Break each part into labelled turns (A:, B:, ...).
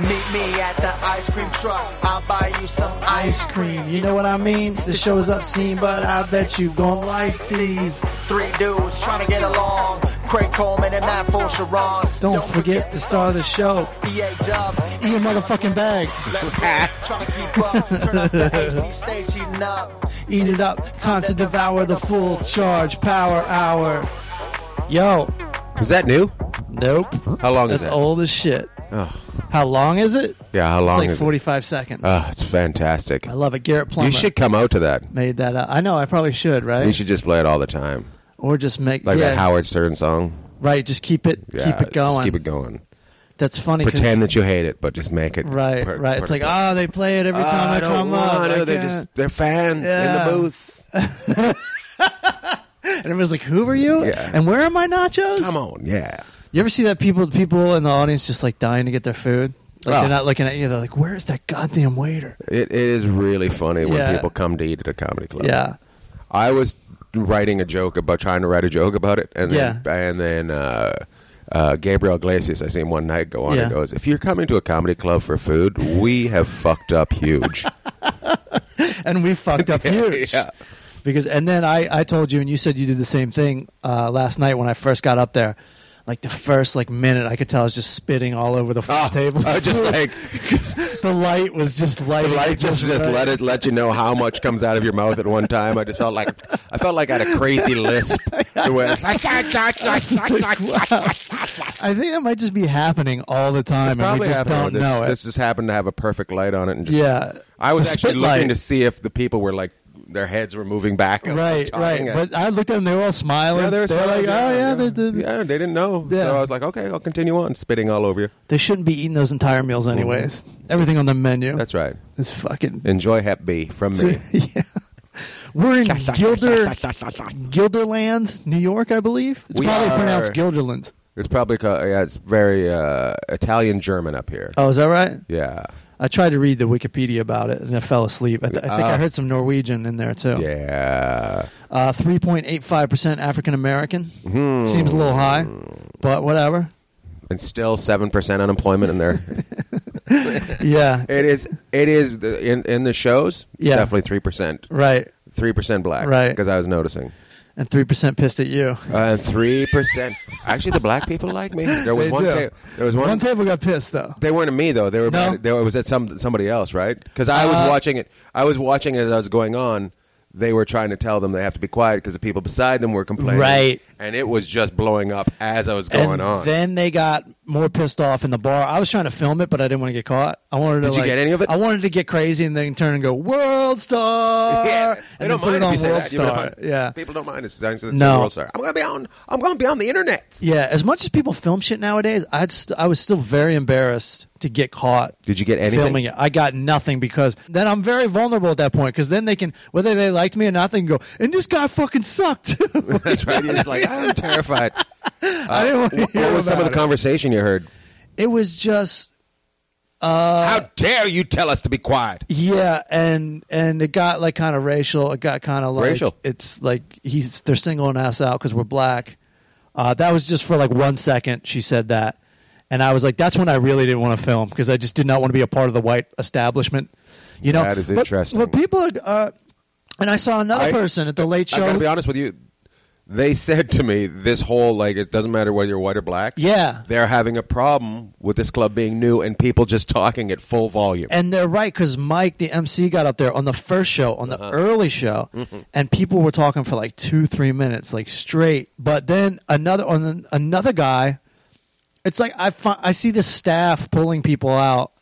A: Meet me at the ice cream truck. I'll buy you some ice
B: ice cream. You know what I mean? The show's obscene, but I bet you gon' like these.
A: Three dudes trying to get along. Craig Coleman and Matt Fulcheron.
B: Don't forget to start the show.
A: EA Dub.
B: Eat your motherfucking bag.
A: Let's go. Trying to keep up. Turn up the AC, stay cheating up.
B: Eat it up. Time to devour the full charge power hour. Yo.
C: Is that new?
B: Nope.
C: How long
B: That's
C: is that?
B: old as shit.
C: Oh.
B: How long is it?
C: Yeah, how
B: It's
C: long
B: like
C: is it?
B: 45 seconds.
C: Oh, it's fantastic.
B: I love it. Garrett Plummer
C: You should come out to that.
B: made that up. I know. I probably should, right?
C: You should just play it all the time,
B: or just make
C: like
B: yeah,
C: that Howard Stern song.
B: Right. Just keep it.
C: Yeah,
B: keep it going.
C: Just keep it going.
B: That's funny. 'cause-
C: Pretend that you hate it, but just make it.
B: Right.
C: per-
B: right.
C: per-
B: It's like ah, they play it every
C: Ah,
B: time I,
C: I don't
B: come
C: wanna,
B: up. I
C: They're
B: can't."
C: just they're fans
B: Yeah.
C: in the booth.
B: And everyone's like, "Who are you?
C: Yeah.
B: And where are my nachos?"
C: Come on, yeah.
B: You ever see that people people in the audience just like dying to get their food? Like
C: Oh.
B: they're not looking at you. They're like, "Where's that goddamn waiter?"
C: It is really funny when
B: Yeah.
C: people come to eat at a comedy club.
B: Yeah.
C: I was writing a joke about trying to write a joke about it, and then
B: Yeah.
C: and then uh, uh, Gabriel Glacius, I see him one night go on
B: Yeah.
C: and goes, "If you're coming to a comedy club for food, we have fucked up huge."
B: And we fucked up huge.
C: yeah.
B: Because and then I I told you and you said you did the same thing uh, last night when I first got up there. Like the first like minute, I could tell I was just spitting all over the
C: Oh,
B: fucking table.
C: I was just like
B: the light was just light.
C: like just just let it let you know how much comes out of your mouth at one time. I just felt like I felt like I had a crazy lisp. The way it's like,
B: I think that might just be happening all the time, and we
C: probably
B: just
C: happened.
B: don't
C: this,
B: know it.
C: This just happened to have a perfect light on it, and just
B: yeah,
C: I was
B: The
C: actually
B: spit
C: looking
B: light.
C: to see if the people were like their heads were moving back.
B: right, right. But I looked at them; they were all smiling.
C: yeah,
B: they
C: they
B: were
C: were
B: like,
C: smiling, yeah,
B: "Oh yeah,
C: yeah.
B: they, they,
C: yeah, they didn't know.
B: Yeah.
C: So I was like, okay, I'll continue on spitting all over you.
B: they shouldn't be eating those entire meals, anyways. Everything on the menu.
C: Mm-hmm. That's right.
B: It's fucking.
C: Enjoy Hep B from me.
B: yeah. We're in Gilder, Gilderland, New York, I believe. It's
C: We
B: probably
C: are-
B: pronounced Gilderland.
C: It's probably ca- yeah, it's very uh, Italian German up here.
B: Oh, is that right?
C: Yeah,
B: I tried to read the Wikipedia about it and I fell asleep. I, th- I think I
C: Ah.
B: heard some Norwegian in there too.
C: yeah.
B: Uh, 3.85% African American. Seems a little high, but whatever.
C: And still seven percent unemployment in there.
B: Yeah.
C: it is. It is the- in in the shows. It's
B: Yeah.
C: definitely three percent.
B: right.
C: Three percent black.
B: Right.
C: Because I was noticing.
B: And 3% pissed at you.
C: Uh, three percent. Actually, the black people like me. There was
B: They
C: one.
B: do.
C: Ta- there was one.
B: One table got pissed though.
C: They weren't at me though. They were.
B: No?
C: They, it was at some somebody else, right? Because I was
B: Uh,
C: watching it. I was watching it as I was going on. They were trying to tell them they have to be quiet because the people beside them were complaining,
B: Right.
C: And it was just blowing up as I was going
B: and
C: on.
B: Then they got more pissed off in the bar. I was trying to film it, but I didn't want to get caught. I wanted to.
C: Did you
B: like-
C: get any of it?
B: I wanted to get crazy and then turn and go World Star.
C: yeah,
B: and
C: they
B: then
C: don't
B: put
C: mind
B: it
C: if
B: on
C: you say
B: World
C: that. Even if
B: Star.
C: I'm-
B: Yeah,
C: people don't mind. It's it's
B: No.
C: no. world star. I'm gonna be on. I'm gonna be on the internet.
B: yeah. As much as people film shit nowadays, I st- I was still very embarrassed to get caught.
C: Did you get anything?
B: Filming it, I got nothing because then I'm very vulnerable at that point. Because then they can, whether they liked me or not, they can go, and this guy fucking sucked.
C: Uh, That's right. You're just like I'm terrified.
B: I didn't want to
C: What
B: hear
C: was some of the
B: about it.
C: conversation you heard?
B: It was just
C: How dare you tell us to be quiet?
B: Yeah, and and it got like kind of racial. It got kind of like
C: Racial.
B: It's like he's they're singling us out because we're black. Uh, that was just for like one second. She said that, and I was like, that's when I really didn't want to film because I just did not want to be a part of the white establishment. You know,
C: That is
B: But-
C: interesting.
B: But, people, are, uh, and I saw another
C: I-
B: person at the late
C: I gotta be
B: show.
C: honest with you. They said to me, "This whole like it doesn't matter whether you're white or black.
B: Yeah.
C: they're having a problem with this club being new and people just talking at full volume.
B: And they're right because Mike, the MC, got up there on the first show, on the
C: Uh-huh.
B: early show,
C: Mm-hmm.
B: and people were talking for like two, three minutes, like straight. But then another on the, another guy, it's like I fi- I see the staff pulling people out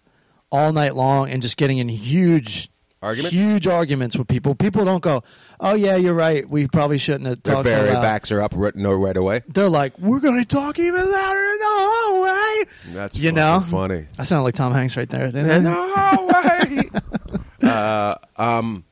B: all night long and just getting in huge.
C: Arguments?
B: Huge arguments with people. People don't go, "Oh yeah, you're right. We probably shouldn't have
C: Their
B: talked so
C: very
B: loud."
C: backs are up, right, no, right away.
B: They're like, "We're gonna talk even louder in the hallway."
C: That's
B: you
C: fucking
B: know
C: funny.
B: I sound like Tom Hanks right there. Didn't I?
C: Uh, um,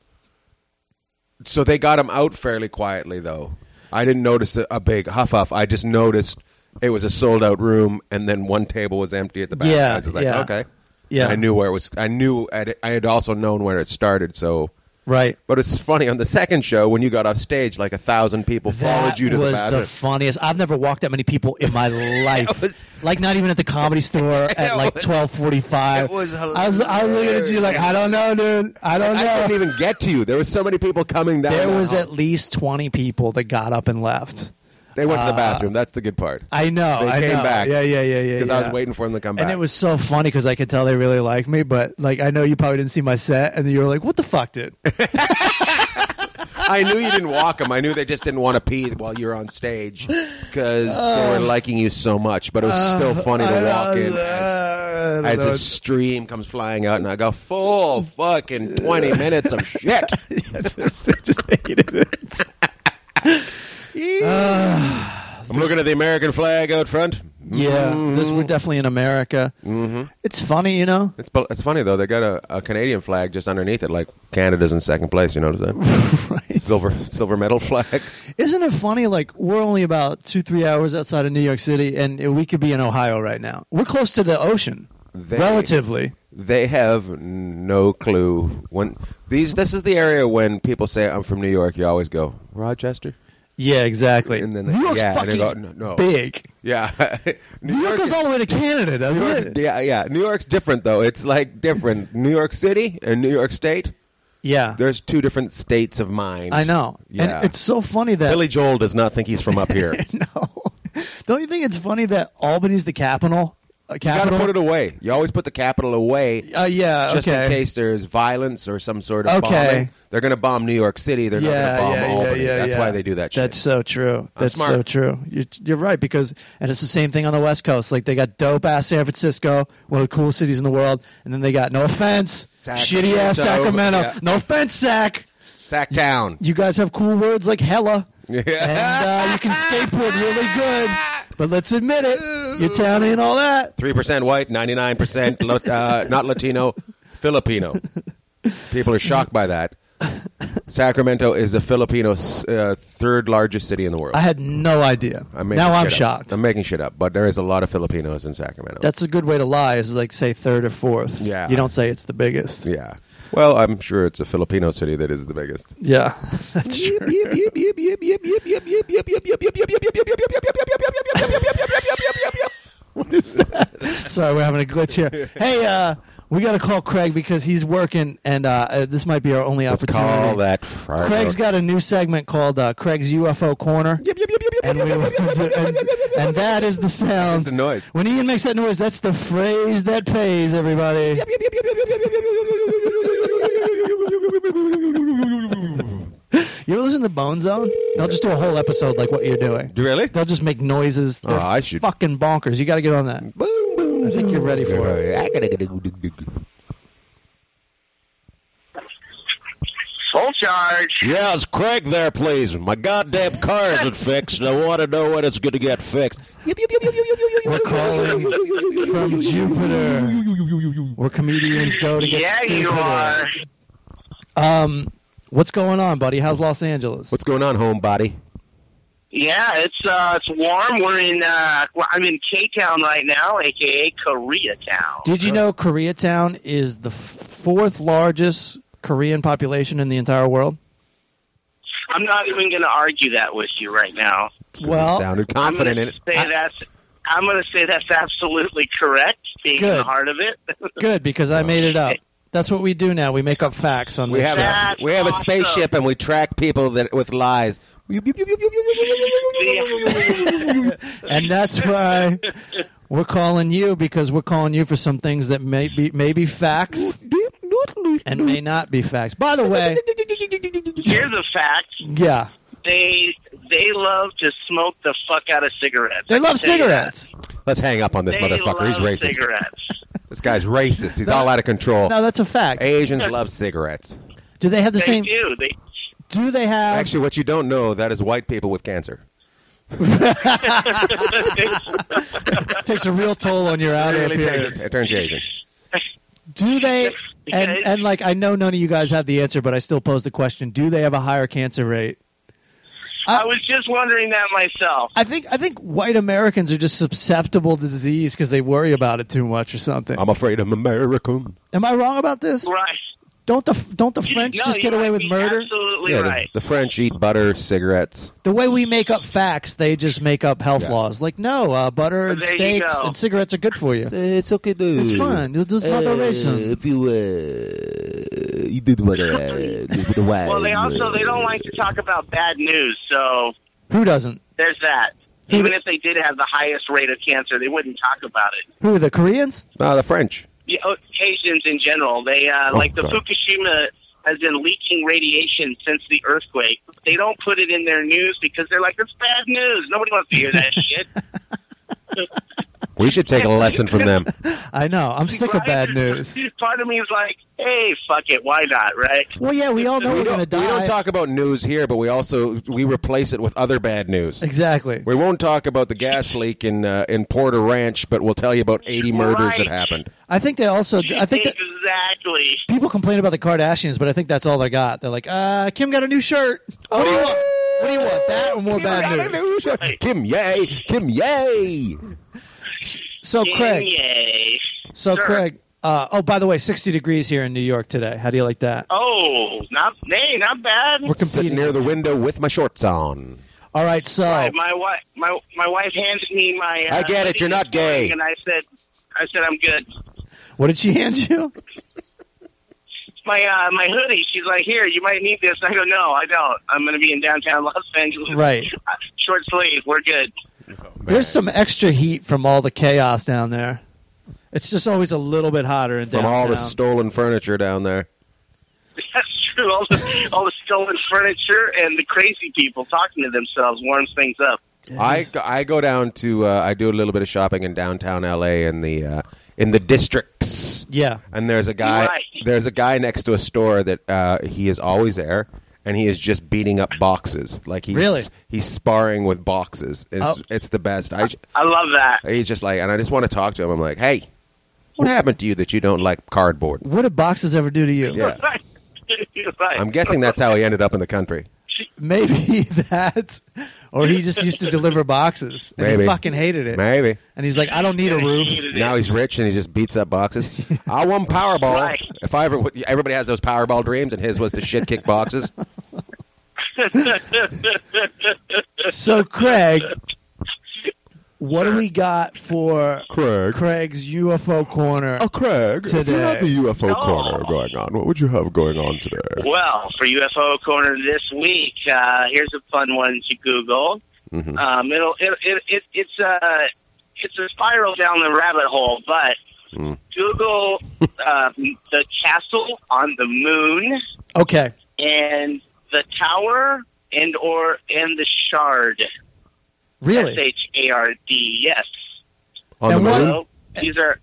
C: So they got him out fairly quietly, though. I didn't notice a, a big huff huff. I just noticed it was a sold out room, and then one table was empty at the back.
B: Yeah,
C: I was just like,
B: yeah.
C: okay,
B: Yeah.
C: I knew where it was. I knew I had- I had also known where it started, so
B: Right.
C: But it's funny on the second show when you got off stage, like a thousand people followed
B: That
C: you to the
B: was
C: bathroom.
B: funniest. I've never walked that many people in my life.
C: was-
B: like not even at the comedy store at like
C: was-
B: twelve forty five.
C: it was
B: I was, I was looking at you like I don't know, dude. I don't know.
C: I couldn't even get to you. There were so many people coming down.
B: there
C: the
B: was
C: hall.
B: at least twenty people that got up and left.
C: They went to the bathroom. That's the good part.
B: Uh, I know.
C: They
B: I
C: came
B: know.
C: back.
B: Yeah, yeah, yeah, yeah.
C: Because I
B: yeah.
C: was waiting for them to come back.
B: And it was so funny because I could tell they really liked me, but like I know you probably didn't see my set, and you were like, "What the fuck, dude?"
C: I knew you didn't walk them. I knew they just didn't want to pee while you were on stage because they were liking you so much. But it was still
B: Uh,
C: funny to walk in as,
B: I don't
C: as
B: know.
C: a stream comes flying out, and I go full fucking twenty minutes of shit. I'm looking at the American flag out front.
B: yeah, this
C: Mm-hmm.
B: we're definitely in America. It's funny, you know.
C: It's bu- it's funny though. They got a, a Canadian flag just underneath it, like Canada's in second place. You notice that silver silver medal flag.
B: Isn't it funny? Like we're only about two, three hours outside of New York City, and we could be in Ohio right now. We're close to the ocean,
C: They-
B: relatively.
C: They have no clue when these. This is the area when people say I'm from New York. You always go Rochester.
B: Yeah, exactly.
C: And then they-
B: New York's
C: yeah, and they
B: fucking
C: go, "No, no."
B: big.
C: Yeah,
B: New, York goes
C: is-
B: all the way to Canada, doesn't
C: New
B: it?
C: York's, yeah, yeah. New York's different though. It's like different. New York City and New York State.
B: yeah,
C: There's two different states of mind.
B: I know.
C: Yeah.
B: And it's so funny that
C: Billy Joel does not think he's from up here. you
B: no. Don't you think it's funny that Albany's the capital? Uh,
C: gotta
B: capital?
C: put it away. You always put the capital away.
B: Uh, yeah,
C: just
B: okay.
C: in case there's violence or some sort of
B: Okay.
C: bombing. They're going to bomb New York City. They're
B: yeah,
C: not going to
B: yeah,
C: bomb
B: yeah,
C: Albany.
B: yeah,
C: That's
B: yeah.
C: why they do that shit.
B: That's so true. That's
C: smart.
B: so true. You're, you're right because, and it's the same thing on the West Coast. Like they got dope ass San Francisco, one of the coolest cities in the world, and then they got no offense,
C: Sacramento.
B: shitty ass Sacramento.
C: Yeah.
B: No offense, Sac.
C: Sack Town.
B: You guys have cool words like hella,
C: Yeah.
B: and uh, you can skateboard really good. But let's admit it, your town ain't all that.
C: Three percent white, ninety nine percent uh, not Latino, Filipino. People are shocked by that. Sacramento is the Filipino uh, third largest city in the world.
B: I had no idea.
C: I'm making
B: now I'm
C: shit up.
B: shocked.
C: I'm making shit up, but there is a lot of Filipinos in Sacramento.
B: That's a good way to lie. Is like say third or fourth.
C: Yeah.
B: You don't say it's the biggest.
C: yeah. Well, I'm sure it's a Filipino city that is the biggest.
B: Yeah. That's true. What is that? Sorry, we're having a glitch here. Hey, uh, we got to call Craig because he's working, and uh, uh, this might be our only
C: Let's
B: opportunity.
C: call that Friday.
B: Craig's got a new segment called uh, Craig's UFO Corner. And, we, and, and that is the sound.
C: That's the noise.
B: When Ian makes that noise, that's the phrase that pays, everybody. You ever listen to Bone Zone? They'll just do a whole episode like what you're doing.
C: Really?
B: They'll just make noises. They're
C: Oh, I should-
B: Fucking bonkers. You got to get on that.
C: Boom, boom.
B: I think you're ready for it.
D: Full charge.
C: Yes, Craig there, please. My goddamn car isn't fixed, and I want to know when it's going to get fixed.
B: We're calling from Jupiter, where comedians go to get
D: Yeah, you
B: stupider.
D: are.
B: Um, what's going on, buddy? How's Los Angeles?
C: What's going on, homebody?
D: Yeah, it's uh, it's warm. We're in uh, well, I'm in K Town right now, aka Koreatown.
B: Did you know Koreatown is the fourth largest Korean population in the entire world?
D: I'm not even going to argue that with you right now.
C: you
B: Well,
C: sounded confident
D: I'm
C: in
D: gonna
C: it.
D: Say that's. I'm going to say that's absolutely correct. Being in the
B: Good.
D: heart of it.
B: good because I made it up. That's what we do now. We make up facts on
C: We
B: this
C: have
B: show.
C: a
D: That's
C: we have a
D: awesome.
C: spaceship, and we track people that with lies.
B: and that's why we're calling you because we're calling you for some things that may be may be facts and may not be facts. By the way,
D: Here's a fact.
B: yeah,
D: They they love to smoke the fuck out of cigarettes. I
B: they
D: can
B: love
D: tell you that.
B: cigarettes.
C: Let's hang up on this
D: They
C: motherfucker. He's
D: love
C: racist.
D: cigarettes.
C: This guy's racist. He's all out of control.
B: No, that's a fact.
C: Asians love cigarettes.
B: Do they have the
D: they
B: same?
D: do. They
B: Do they have?
C: Actually, what you don't know that is white people with cancer.
B: it takes a real toll on your outer
C: Really
B: appearance.
C: turns, it turns you Asian.
B: Do they? And
D: Because-
B: and like I know none of you guys have the answer, but I still pose the question: Do they have a higher cancer rate?
D: I was just wondering that myself.
B: I think I think white Americans are just susceptible to disease
C: Um,
B: because they worry about it too much or something.
C: I'm afraid I'm American.
B: Am I wrong about this?
D: Right.
B: Don't the don't the French
D: No,
B: just
D: you
B: get away
D: might
B: with
D: be
B: murder?
D: Absolutely
C: Yeah,
D: right.
C: the, the French eat butter, cigarettes.
B: The way we make up facts, they just make up health
C: Yeah.
B: laws. Like no, uh, butter and
D: There you
B: steaks
D: go.
B: and cigarettes are good for you.
E: It's okay, dude. Uh,
B: It's fine. There's- there's moderation.
E: if you uh, you did what uh, with the wine.
D: well, they also they don't like to talk about bad news, so
B: Who doesn't?
D: there's that. Even if they did have the highest rate of cancer, they wouldn't talk about it.
B: Who the Koreans?
C: No, the French.
D: The oh, Asians in general, they uh,
C: Oh,
D: like the
C: God.
D: Fukushima has been leaking radiation since the earthquake. They don't put it in their news because they're like, it's bad news. Nobody wants to hear that shit.
C: We should take a lesson from them.
B: I know. I'm sick of
D: Right?
B: bad news.
D: Part of me is like, hey, fuck it, why not, right?
B: Well, yeah, we all know
C: We
B: we're
C: don't,
B: gonna
C: we
B: die.
C: don't talk about news here, but we also we replace it with other bad news.
B: exactly.
C: We won't talk about the gas leak in uh, in Porter Ranch, but we'll tell you about 80 murders that
D: Right.
C: happened.
B: I think they also. I think that
D: exactly.
B: people complain about the Kardashians, but I think that's all they got. They're like, uh, Kim got a new shirt. What do you want? What do you want? That or more bad news?
C: Kim Yay, Kim Yay.
B: So Craig.
D: Yay.
B: So
D: Sure.
B: Craig. Uh, oh, by the way, 60 degrees here in New York today. How do you like that?
D: Oh, not hey, not bad.
B: We're
C: Sitting
B: competing.
C: near the window with my shorts on.
B: All right, so
D: Right, my wife, my my wife handed me my. Uh,
C: I get it, you're not gay.
D: And I said, I said I'm good.
B: what did she hand you?
D: My uh, my hoodie. She's like, here, you might need this. I go, no, I don't. I'm going to be in downtown Los Angeles.
B: Right.
D: Short sleeve. We're good.
B: There's some extra heat from all the chaos down there. It's just always a little bit hotter in
C: From all the
B: downtown.
C: stolen furniture down there.
D: That's true. All the all the stolen furniture and the crazy people talking to themselves warms things up.
C: I, I go down to uh, I do a little bit of shopping in downtown LA in the uh, in the districts.
B: Yeah.
C: And there's a guy
D: Right.
C: there's a guy next to a store that uh, he is always there and he is just beating up boxes. Like he's
B: Really?
C: he's sparring with boxes. It's
B: Oh.
C: it's the best. I sh-
D: I love that.
C: he's just like and I just want to talk to him. I'm like, "Hey, what happened to you that you don't like cardboard?"
B: What did boxes ever do to you?
C: Yeah.
D: right.
C: I'm guessing that's how he ended up in the country.
B: Maybe that, or he just used to deliver boxes and
C: Maybe.
B: he fucking hated it.
C: Maybe.
B: And he's like, I don't need a roof.
C: Now he's rich and he just beats up boxes. I won Powerball.
D: Right.
C: If I ever, everybody has those Powerball dreams, and his was to shit kick boxes.
B: So Craig, what do we got for
C: Craig.
B: Craig's UFO corner?
D: Oh,
C: Craig,
B: if you had the
C: UFO
D: corner
C: going on, what would you have going on today?
D: Well, for UFO corner this week, uh, here's a fun one to Google.
C: Mm-hmm.
D: Um, it'll it, it, it, it's a it's a spiral down the rabbit hole, but Google um, the castle on the moon
B: Okay.
D: and the tower and or and the shard. S
B: Really?
D: H A R D. Yes.
C: On
B: And
C: the
B: what-
C: moon?
D: So these are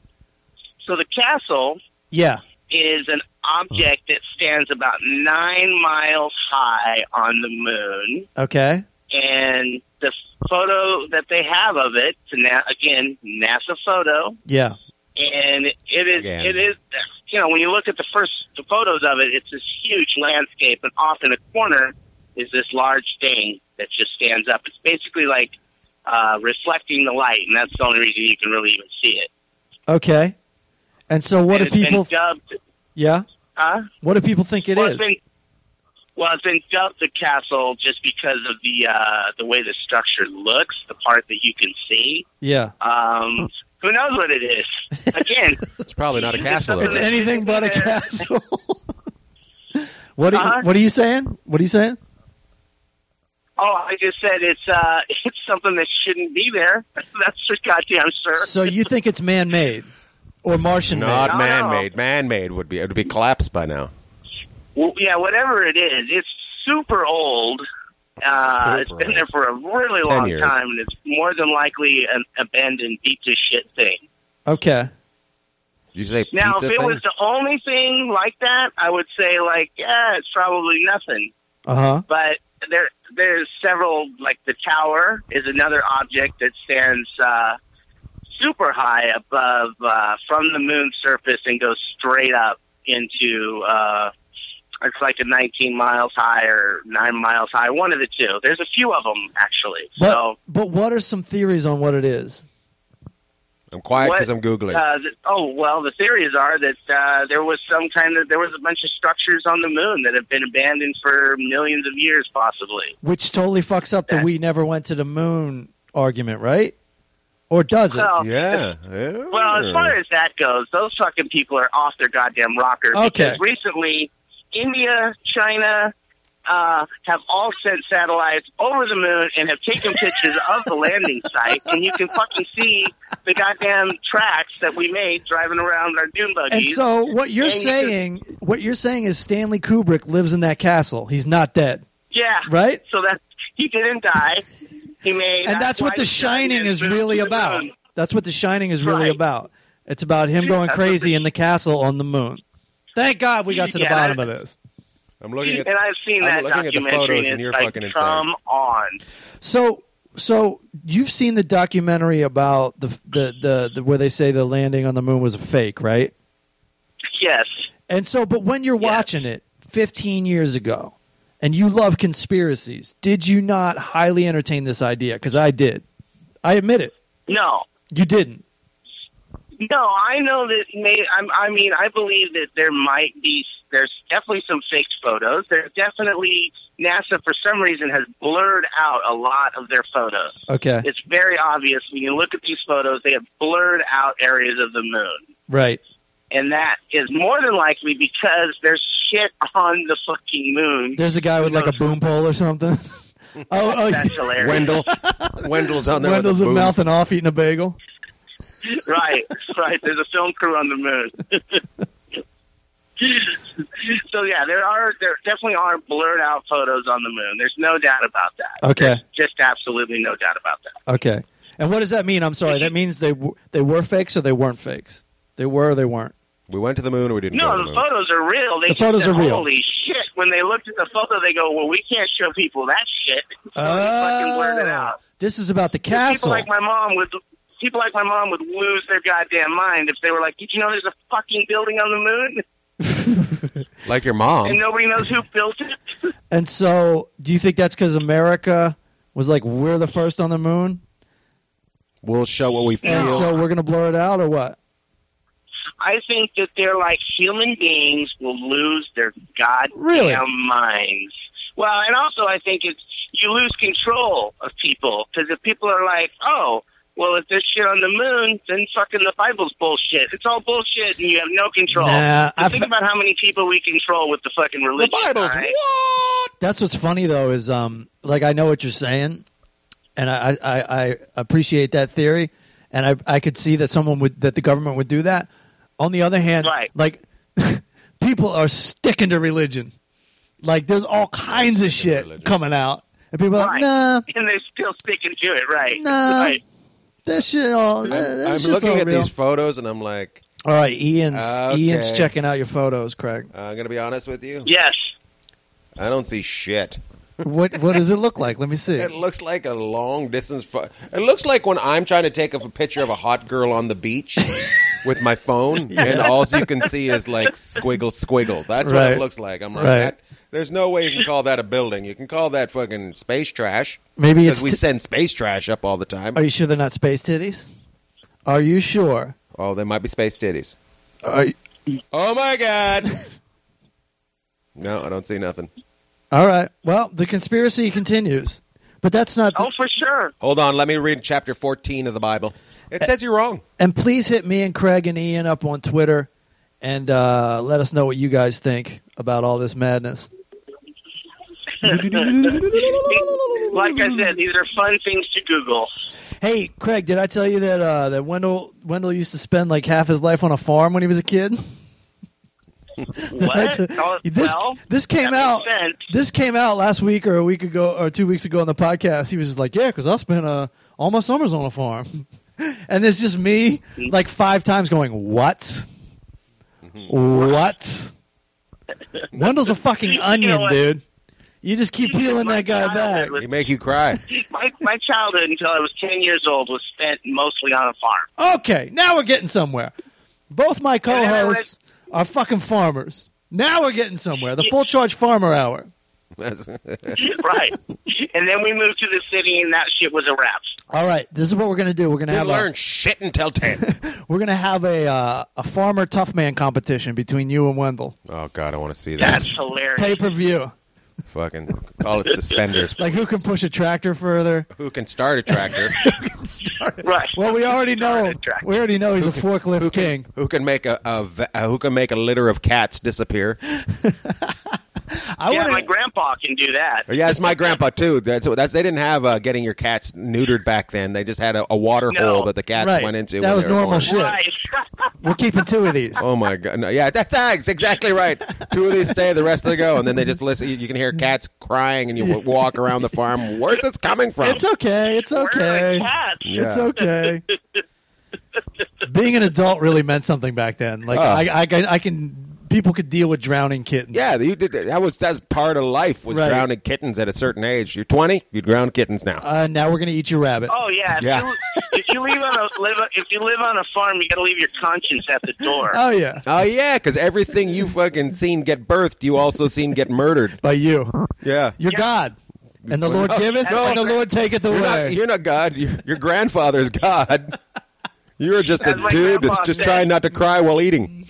D: so the castle
B: Yeah.
D: is an object that stands about nine miles high on the moon,
B: Okay.
D: and the photo that they have of it, it's a na- again NASA photo,
B: Yeah.
D: and it is
C: Again.
D: it is you know when you look at the first the photos of it, it's this huge landscape, and off in a corner is this large thing that just stands up. It's basically like uh, reflecting the light, and that's the only reason you can really even see it.
B: Okay. And so, what
D: and
B: do
D: it's
B: people?
D: been dubbed?
B: yeah.
D: Huh?
B: What do people think it
D: well,
B: is?
D: It's been, well, it's been dubbed the castle just because of the uh, the way the structure looks, the part that you can see.
B: Yeah.
D: Um, who knows what it is? Again,
C: It's probably not a castle.
D: It's
B: It's
C: though.
D: an-
B: anything but a castle. what are,
D: Uh-huh.
B: you, What are you saying? What are you saying?
D: oh, I just said it's uh, it's something that shouldn't be there. That's for goddamn sure.
B: So you think it's man-made or Martian-made?
C: Not
D: No,
C: man-made. Man-made would be it would be collapsed by now.
D: Well, yeah, whatever it is, it's super old. Uh,
C: Super
D: it's been
C: old.
D: there for a really
C: Ten
D: long
C: years.
D: time, and it's more than likely an abandoned beat to shit thing.
B: Okay.
C: Did you say
D: Now,
C: pizza
D: if it
C: thing?
D: was the only thing like that, I would say like, yeah, it's probably nothing.
B: Uh huh.
D: But there, there's several like the tower is another object that stands uh, super high above uh, from the moon's surface and goes straight up into. Uh, it's like a 19 miles high or nine miles high, one of the two. There's a few of them actually.
B: But
D: so
B: but what are some theories on what it is?
C: I'm quiet because I'm
D: What-
C: googling.
D: Uh, th- oh well, the theories are that uh, there was some kind of there was a bunch of structures on the moon that have been abandoned for millions of years, possibly.
B: Which totally fucks up the
D: Yeah.
B: we never went to the moon argument, right? Or does it?
D: Well,
C: yeah.
D: Well, as far as that goes, those fucking people are off their goddamn rocker.
B: Okay.
D: Because recently, India, China, uh, have all sent satellites over the moon and have taken pictures of the landing site, and you can fucking see the goddamn tracks that we made driving around our dune
B: And
D: buggies.
B: so what you're
D: And you can-
B: saying, what you're saying is Stanley Kubrick lives in that castle. He's not dead,
D: yeah,
B: right?
D: So that he didn't die. He made,
B: And that's what
D: why
B: The
D: he
B: Shining
D: turned
B: is
D: his moon
B: really
D: to the
B: about.
D: moon.
B: That's what The Shining is really
D: Right.
B: about. It's about him
D: Yeah,
B: going
D: that's what
B: crazy
D: The-
B: in the castle on the moon. Thank God we got to the
D: Yeah,
B: bottom of
D: that-
B: this.
C: I'm looking at.
D: and I've seen
C: I'm
D: that
C: looking at the
D: documentary,
C: photos
D: and
C: and
D: it's
C: you're
D: like,
C: fucking insane.
D: come on.
B: So, so you've seen the documentary about the, the the the where they say the landing on the moon was a fake, right?
D: Yes.
B: And so, but when you're
D: Yes.
B: watching it 15 years ago, and you love conspiracies, did you not highly entertain this idea? Because I did. I admit it.
D: No,
B: You didn't.
D: no. I know that. May, I'm, I mean, I believe that there might be. There's definitely some fake photos. There's definitely NASA for some reason has blurred out a lot of their photos.
B: Okay.
D: It's very obvious when you look at these photos. They have blurred out areas of the moon,
B: Right.
D: and that is more than likely because there's shit on the fucking moon.
B: There's a guy with like a boom pole or something. oh, oh
D: That's hilarious,
C: Wendell. Wendell's on there
B: Wendell's
C: with a boom.
B: mouthing off eating a bagel.
D: right? Right. There's a film crew on the moon. so yeah, there are there definitely are blurred out photos on the moon. There's no doubt about that.
B: Okay.
D: Just absolutely no doubt about that.
B: Okay. And what does that mean? I'm sorry. That means they w- they were fakes or they weren't fakes. They were or they weren't.
C: We went to the moon. or We didn't go
D: No,
C: to the
D: the
C: moon.
D: photos are real. They
B: The
D: just
B: photos
D: said,
B: are real.
D: Holy shit! When they looked at the photo, they go, "Well, we can't show people that shit." So they fucking blurred it
B: Ah.
D: out.
B: Oh. this is about the
D: People
B: castle.
D: like my mom would. People like my mom would lose their goddamn mind if they were like, "Did you know there's a fucking building on the moon
C: Like your mom.
B: Oh.
D: and nobody knows who built it?"
B: and so, do you think that's because America was like we're the first on the moon,
C: We'll show what we feel.
B: and so we're gonna blur it out or what?
D: I think that they're like human beings will lose their goddamn
B: Really?
D: minds. Well, and also I think it's you lose control of people because if people are like, oh, well, if there's shit on the moon, then fucking the Bible's bullshit. It's all bullshit, and you have no control.
B: Nah,
D: But
B: I
D: think
B: fe-
D: about how many people we control with the fucking
C: the
D: religion.
C: Bible's
D: all right?
C: what?
B: That's what's funny though is um like I know what you're saying, and I I, I- I appreciate that theory, and I I could see that someone would that the government would do that. On the other hand,
D: Right.
B: like people are sticking to religion, like there's all kinds of
C: Sticking to
B: shit
C: religion.
B: coming out, and people are like,
D: Right.
B: nah,
D: And they're still sticking to it, right?
B: Nah.
D: Right.
B: that shit all. That, that
C: I'm
B: shit's
C: looking
B: all
C: at
B: real."
C: these photos and I'm like,
B: All right, Ian's
C: Okay.
B: Ian's checking out your photos, Craig.
C: uh, I'm going to be honest with you.
D: Yes.
C: I don't see shit.
B: What what does it look like? Let me see.
C: It looks like a long distance. Fo- it looks like when I'm trying to take a, a picture of a hot girl on the beach with my phone, and all you can see is like squiggle, squiggle. That's what
B: Right.
C: it looks like. I'm like,
B: Right.
C: that, there's no way you can call that a building. You can call that fucking space trash.
B: Maybe it's
C: because we
B: t-
C: send space trash up all the time.
B: Are you sure they're not space titties? Are you sure?
C: oh, they might be space titties.
B: Are you-
C: Oh my god. no, I don't see nothing.
B: All right. Well, the conspiracy continues, but that's not. The,
D: Oh, for sure.
C: Hold on, let me read chapter 14 of the Bible. It says you're wrong.
B: and please hit me and Craig and Ian up on Twitter, and uh, let us know what you guys think about all this madness.
D: Like I said, these are fun things to Google.
B: Hey, Craig, did I tell you that uh, that Wendell Wendell used to spend like half his life on a farm when he was a kid?
D: What? Oh,
B: this
D: well,
B: this came
D: that
B: out.
D: makes sense.
B: This came out last week or a week ago or two weeks ago on the podcast. He was just like, "Yeah, because I spent uh, all my summers on a farm," and it's just me like five times going, "What?
D: Mm-hmm.
B: What? Wendell's a fucking onion,
D: what?
B: dude. You just keep peeling
D: My
B: that guy
D: childhood
B: back."
D: was-
C: They make you cry.
D: my, my childhood until I was 10 years old was spent mostly on a farm.
B: Okay, now we're getting somewhere. Both my
D: then I
B: co-hosts are fucking farmers. Now we're getting somewhere. The full charge farmer hour.
C: That's-
D: right. And then we moved to the city, and that shit was a wrap.
B: All right, this is what we're gonna do. We're gonna
C: Didn't
B: have
C: learn
B: a,
C: shit until ten.
B: we're gonna have a uh, a farmer tough man competition between you and Wendell.
C: oh God, I want to see that.
D: That's hilarious.
B: Pay per view.
C: Fucking call it suspenders.
B: Like who can push a tractor further?
C: Who can start a tractor?
D: Right.
B: Well, we already know.
D: Started tractor.
B: We already know he's a forklift king.
C: who can make a, a, va- uh, who can make a litter of cats disappear?
B: I
D: yeah,
B: wanna-
D: my grandpa can do that.
C: Yeah, it's my grandpa too. That's that's they didn't have uh, getting your cats neutered back then. They just had a, a water
D: No.
C: hole that the cats
B: Right.
C: went into.
B: That
C: when
B: was
C: they were
B: normal
C: born.
B: shit.
D: Right.
B: We're keeping two of these.
C: Oh my god! No, yeah, that, that's exactly right. Two of these stay, the rest of them go, and then they just listen. You, you can hear cats crying, and you w- walk around the farm. Where's this coming from?
B: It's okay. It's
D: Where are the
B: okay.
D: cats?
C: Yeah.
B: It's okay. Being an adult really meant something back then. Like
C: Oh.
B: I, I, can- I can. People could deal with drowning kittens.
C: yeah, you did that. that. Was that's part of life was
B: Right.
C: drowning kittens at a certain age. You're 20, you'd drown kittens now.
B: Uh, now we're gonna eat your rabbit.
D: Oh yeah. If,
C: Yeah.
D: You, if you live on a live, if you live on a farm, you got to leave your conscience at the door.
B: Oh yeah,
C: Oh yeah, because everything you fucking seen get birthed, you also seen get murdered.
B: by you.
C: Yeah,
B: You're God, and the Lord
C: No,
B: giveth,
C: no.
B: and the Lord taketh
C: you're
B: away.
C: not, you're not God. Your your grandfather's God. You're just
D: That's
C: a
D: my
C: dude that's
D: grandpa
C: just
D: said.
C: trying not to cry while eating.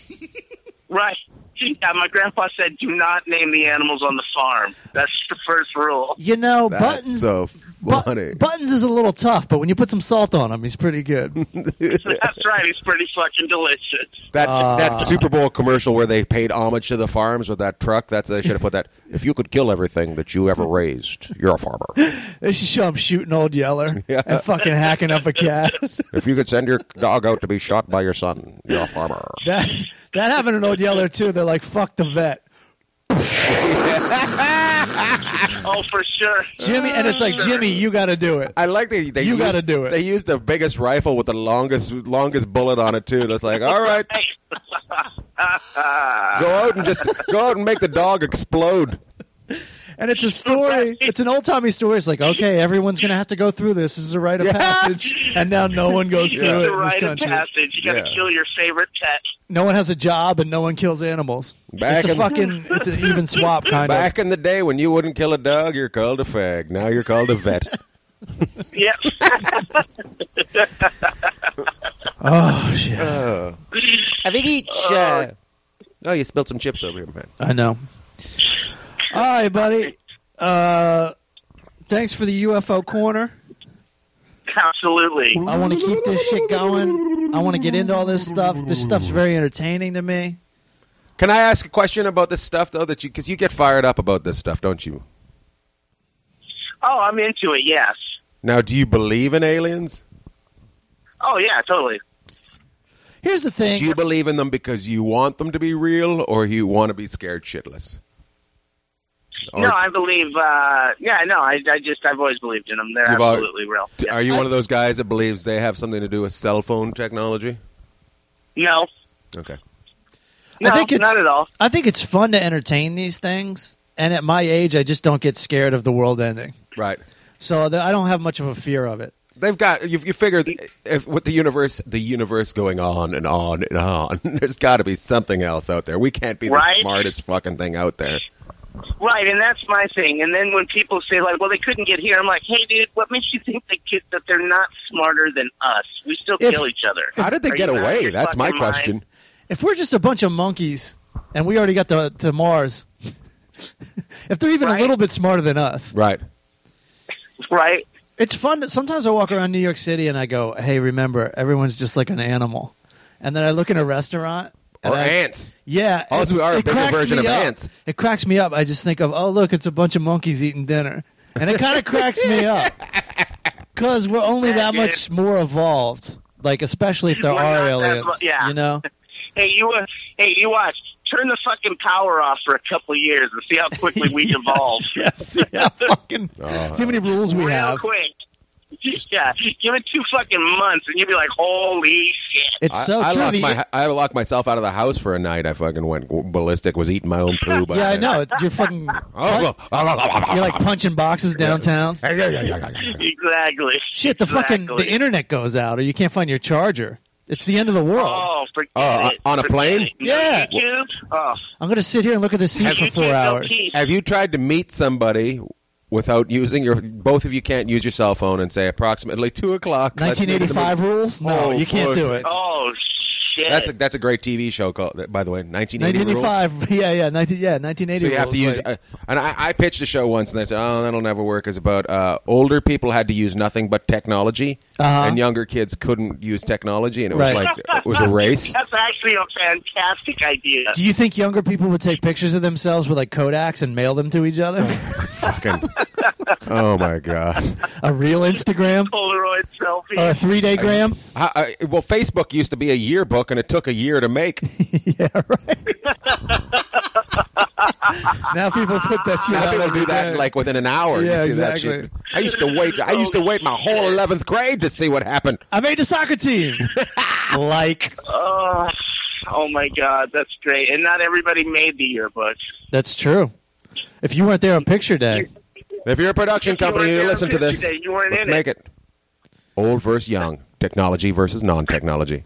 D: Right. Yeah, my grandpa said, "Do not name the animals on the farm." That's the first rule.
B: You know,
C: That's
B: buttons.
C: so
B: Bu-
C: funny.
B: buttons is a little tough, but when you put some salt on him, he's pretty good.
D: That's right. It's pretty fucking delicious.
C: That
B: Ah.
C: that Super Bowl commercial where they paid homage to the farms with that truck. That's they should have put that. If you could kill everything that you ever raised, you're a farmer.
B: they should show him shooting old Yeller and fucking hacking up a cat.
C: If you could send your dog out to be shot by your son, you're a farmer.
B: that that happened in old Yeller too. They're like, "Fuck the vet."
D: Oh, for sure.
B: Jimmy, and it's like Jimmy, you got to do it.
C: I like they. they
B: You
C: used-
B: gotta do it.
C: They used the biggest rifle with the longest longest bullet on it too. That's like, all right,
D: Hey,
C: go out and just go out and make the dog explode.
B: And it's a story. It's an old timey story. It's like, okay, everyone's gonna have to go through this. This is a rite of
C: Yeah.
B: passage, and now no one goes
D: you
B: through it
D: the
B: in this
D: rite of
B: country.
D: passage. You got to
C: Yeah.
D: kill your favorite pet.
B: No one has a job, and no one kills animals.
C: Back
B: it's a
C: in-
B: fucking. It's an even swap kind of.
C: Back in the day when you wouldn't kill a dog, you're called a fag. Now you're called a vet.
D: Yep.
B: Oh shit!
C: I think each. Uh, oh, you spilled some chips over here, man.
B: I know. All right, buddy. Uh, thanks for the UFO corner.
D: Absolutely.
B: I want to keep this shit going. I want to get into all this stuff. This stuff's very entertaining to me.
C: Can I ask a question about this stuff though? That you because you get fired up about this stuff, don't you?
D: Oh, I'm into it. Yes.
C: Now, do you believe in aliens?
D: Oh yeah, totally.
B: Here's the
C: Do
B: thing.
C: you believe in them because you want them to be real, or you want to be scared shitless? Or
D: no, I believe. Uh, yeah, no, I, I just I've always believed in them. They're
C: You've al-
D: absolutely real.
C: d-
D: Yeah.
C: are you one of those guys that believes they have something to do with cell phone technology?
D: No,
C: Okay.
D: no,
B: I think it's
D: not at all.
B: I think it's fun to entertain these things, and at my age, I just don't get scared of the world ending.
C: Right.
B: So th- I don't have much of a fear of it.
C: They've got you. You figure th- if, with the universe, the universe going on and on and on. There's got to be something else out there. We can't be
D: Right?
C: the smartest fucking thing out there.
D: Right, and that's my thing. And then when people say like, "Well, they couldn't get here," I'm like, "Hey, dude, what makes you think they kid that they're not smarter than us? We still
B: If-
D: kill each other."
C: How did they
D: Are
C: get
D: you out of
C: away?
D: your
C: That's my
D: fucking
C: question.
D: mind?
B: if we're just a bunch of monkeys and we already got to, to Mars, if they're even
D: Right.
B: a little bit smarter than us,
C: Right.
D: Right.
B: it's fun. That sometimes I walk around New York City and I go, "Hey, remember, everyone's just like an animal." And then I look in a restaurant. And
C: Or
B: I-
C: ants.
B: Yeah,
C: Also, we are a
B: it
C: bigger
B: cracks
C: version
B: me
C: of
B: up.
C: ants.
B: It cracks me up. I just think of, oh look, it's a bunch of monkeys eating dinner, and it kind of cracks me up because we're only that
D: Yeah,
B: much more evolved. Like, especially if there
D: We're
B: are
D: not that
B: aliens,
D: mu- yeah.
B: you know.
D: Hey, you. uh, Hey, you watch. Turn the fucking power off for a couple of years and see how quickly we evolve.
B: Yes, yeah, fucking.
C: Oh.
B: see how many rules we
D: Real
B: have.
D: quick. Yeah, give it two fucking months, and you'll be like, "Holy shit!"
B: It's so
C: I, I
B: true.
C: locked
B: The-
C: my, I locked myself out of the house for a night. I fucking went ballistic. Was eating my own poo. by
B: yeah, I
C: then.
B: know. It- You're fucking.
C: Oh, well,
B: You're like punching boxes downtown.
C: yeah, yeah, yeah, yeah, yeah, yeah.
D: Exactly.
B: Shit, the fucking
D: Exactly.
B: the internet goes out, or you can't find your charger. It's the end of the world. Uh,
D: Oh, forget
C: Oh,
D: it.
C: on a
D: Forget
C: plane?
D: it. No
B: Yeah.
D: YouTube. Oh,
B: I'm gonna sit here and look at the seat for
D: YouTube,
B: four
D: no
B: hours.
D: peace.
C: Have you tried to meet somebody without using your both of you can't use your cell phone and say approximately two o'clock. let's meet in the
B: 1985
C: middle-
B: rules? No,
C: Oh,
B: you can't
C: bullshit.
B: do it.
D: Oh shit!
C: That's a, that's a great TV show called by the way 1980 rules.
B: 1985. Yeah, yeah, 19, yeah, 1980.
C: So you have to
B: rules,
C: use,
B: like-
C: uh, and I, I pitched a show once, and they said, "Oh, that'll never work." Is about uh, older people had to use nothing but technology,
B: Uh-huh.
C: and younger kids couldn't use technology, and it
B: Right.
C: was like it was a race.
D: That's actually a fantastic idea.
B: do you think younger people would take pictures of themselves with like Kodaks and mail them to each other?
C: Fucking, oh my god!
B: a real Instagram
D: Polaroid selfie.
C: Uh,
B: or a three day gram?
C: I, I, uh, well, Facebook used to be a yearbook, and it took a year to make.
B: yeah, right. now people put that shit
C: Now
B: out
C: people
B: every
C: do that
B: day.
C: like within an hour. You
B: Yeah,
C: see that
B: exactly.
C: shit. I used to wait. I used to wait my whole eleventh grade to see what happened.
B: I made the soccer team. like
D: oh, oh my god, that's great. And not everybody made the yearbook.
B: that's true. If you weren't there on picture day,
C: If you're a production
D: If you
C: company
D: weren't
C: and you
D: there
C: listen to this,
D: today, you weren't
C: let's
D: in it.
C: make it. Old versus young. Technology versus non-technology.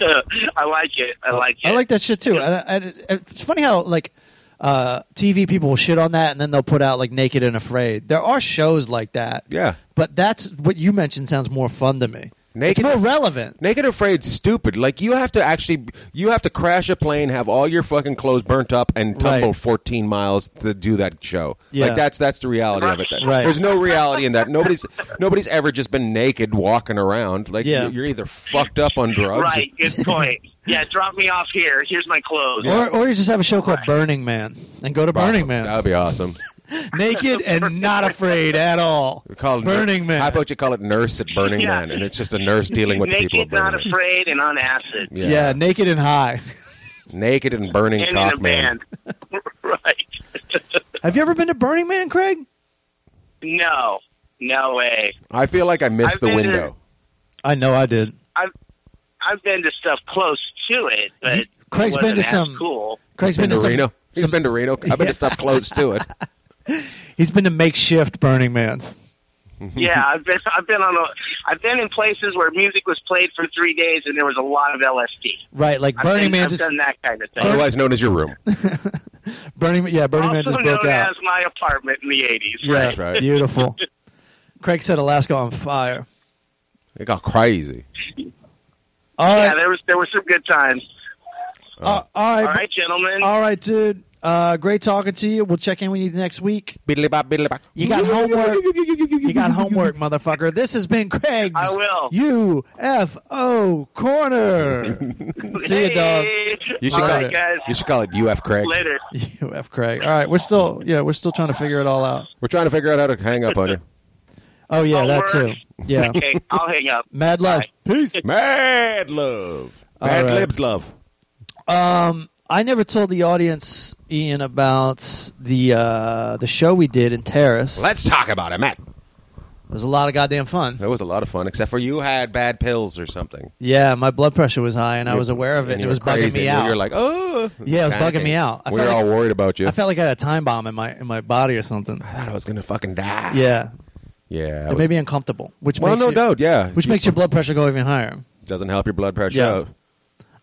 D: I like it. I like it.
B: I like that shit too. And, and it's funny how like uh, TV people will shit on that, and then they'll put out like Naked and Afraid. There are shows like that.
C: Yeah.
B: but that's what you mentioned sounds more fun to me.
C: Naked-
B: it's more relevant.
C: Naked Afraid's stupid. Like you have to actually, you have to crash a plane, have all your fucking clothes burnt up, and tumble
B: Right.
C: 14 miles to do that show.
B: Yeah.
C: Like that's that's the reality of it. That-
B: Right.
C: There's no reality in that. Nobody's nobody's ever just been naked walking around. Like
B: Yeah.
C: you- you're either fucked up on drugs.
D: Right. Good point. yeah, drop me off here. Here's my clothes.
B: Or, or you just have a show called Burning Man and go to Burning
C: That
B: Man
C: would be awesome.
B: naked and not afraid at all.
C: We call it
B: Burning Man.
C: I thought you call it nurse at Burning
D: Yeah.
C: Man, and it's just a nurse dealing with the people.
D: Naked,
C: at Burning
D: not
C: Man.
D: afraid, and on acid.
B: yeah. naked and high.
C: Naked and burning
D: And in
C: cock
D: a
C: man.
D: band. right.
B: Have you ever been to Burning Man, Craig?
D: no. No way.
C: I feel like I missed
D: I've
C: the
D: been
C: window.
B: I know I did.
D: I've I've been to stuff close to it, but
B: You- Craig's
D: it
B: been to
D: wasn't as
B: some-
D: cool.
B: Craig's been,
C: Been to
B: some-
C: Reno. He's
B: some-
C: been to Reno. I've been
B: Yeah.
C: to stuff close to it.
B: he's been to makeshift Burning Man's.
D: yeah, I've been I've been on a I've been in places where music was played for three days and there was a lot of LSD.
B: Right, like
D: I've
B: Burning
D: been-
B: Man
D: I've
B: just
D: done that kind of thing.
C: Otherwise known as your room.
B: Burning Man, yeah, Burning Man
D: also
B: just
D: known
B: broke out.
D: as my apartment in the eighties.
B: yeah,
C: That's right.
B: beautiful. Craig set Alaska on fire.
C: It got crazy.
B: All
D: Yeah,
B: right,
D: there was there were some good times.
B: uh, all right,
D: All right, gentlemen.
B: all right, dude. Uh, great talking to you. We'll check in with you next week.
C: Biddly bop, biddly bop.
B: You got homework. You got homework, motherfucker. This has been Craig's
D: I will.
B: UFO Corner. See you, dog.
D: Hey.
C: You should
D: All
C: call
D: right,
C: it.
D: guys.
C: You should call it UF Craig.
D: Later.
B: UF Craig. All right, we're still yeah, we're still trying to figure it all out.
C: We're trying to figure out how to hang up on you.
B: Oh yeah,
D: Oh,
B: that too.
D: word.
B: Yeah,
D: Okay, I'll hang up.
B: mad love. Peace.
C: Mad love. Mad
B: right.
C: libs love.
B: I never told the audience, Ian, about the uh, the show we did in Terrace. It
C: Let's talk about it, Matt.
B: was a lot of goddamn fun.
C: That was a lot of fun, except for you had bad pills or something.
B: Yeah, my blood pressure was high, and I was aware of it. And
C: you
B: it
C: were
B: was bugging
C: crazy.
B: me
C: And
B: out.
C: You were like, oh.
B: Yeah, it was bugging
C: panicking.
B: me out. I
C: we were
B: felt
C: all
B: like-
C: worried about you.
B: I felt like I had a time bomb in my in my body or something.
C: I thought I was going to fucking die.
B: Yeah,
C: Yeah.
B: it
C: was-
B: made me uncomfortable, which
C: well,
B: makes
C: no
B: you-
C: doubt, yeah.
B: which
C: You-
B: makes your blood pressure go even higher.
C: doesn't help your blood pressure
B: Yeah.
C: out.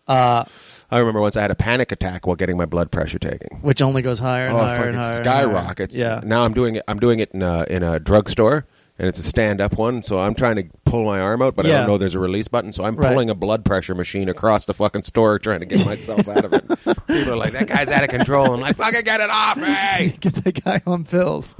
B: Uh,
C: I remember once I had a panic attack while getting my blood pressure taken.
B: which only goes higher and
C: oh,
B: higher
C: fucking
B: and higher. and higher.
C: skyrockets!
B: Yeah.
C: Now I'm doing it. I'm doing it in a, in a drugstore, and it's a stand-up one. So I'm trying to pull my arm out, but I
B: Yeah.
C: don't know there's a release button. So I'm
B: Right.
C: pulling a blood pressure machine across the fucking store, trying to get myself out of it. People are like, "That guy's out of control." I'm like, "Fucking get it off me!"
B: Get that guy on pills.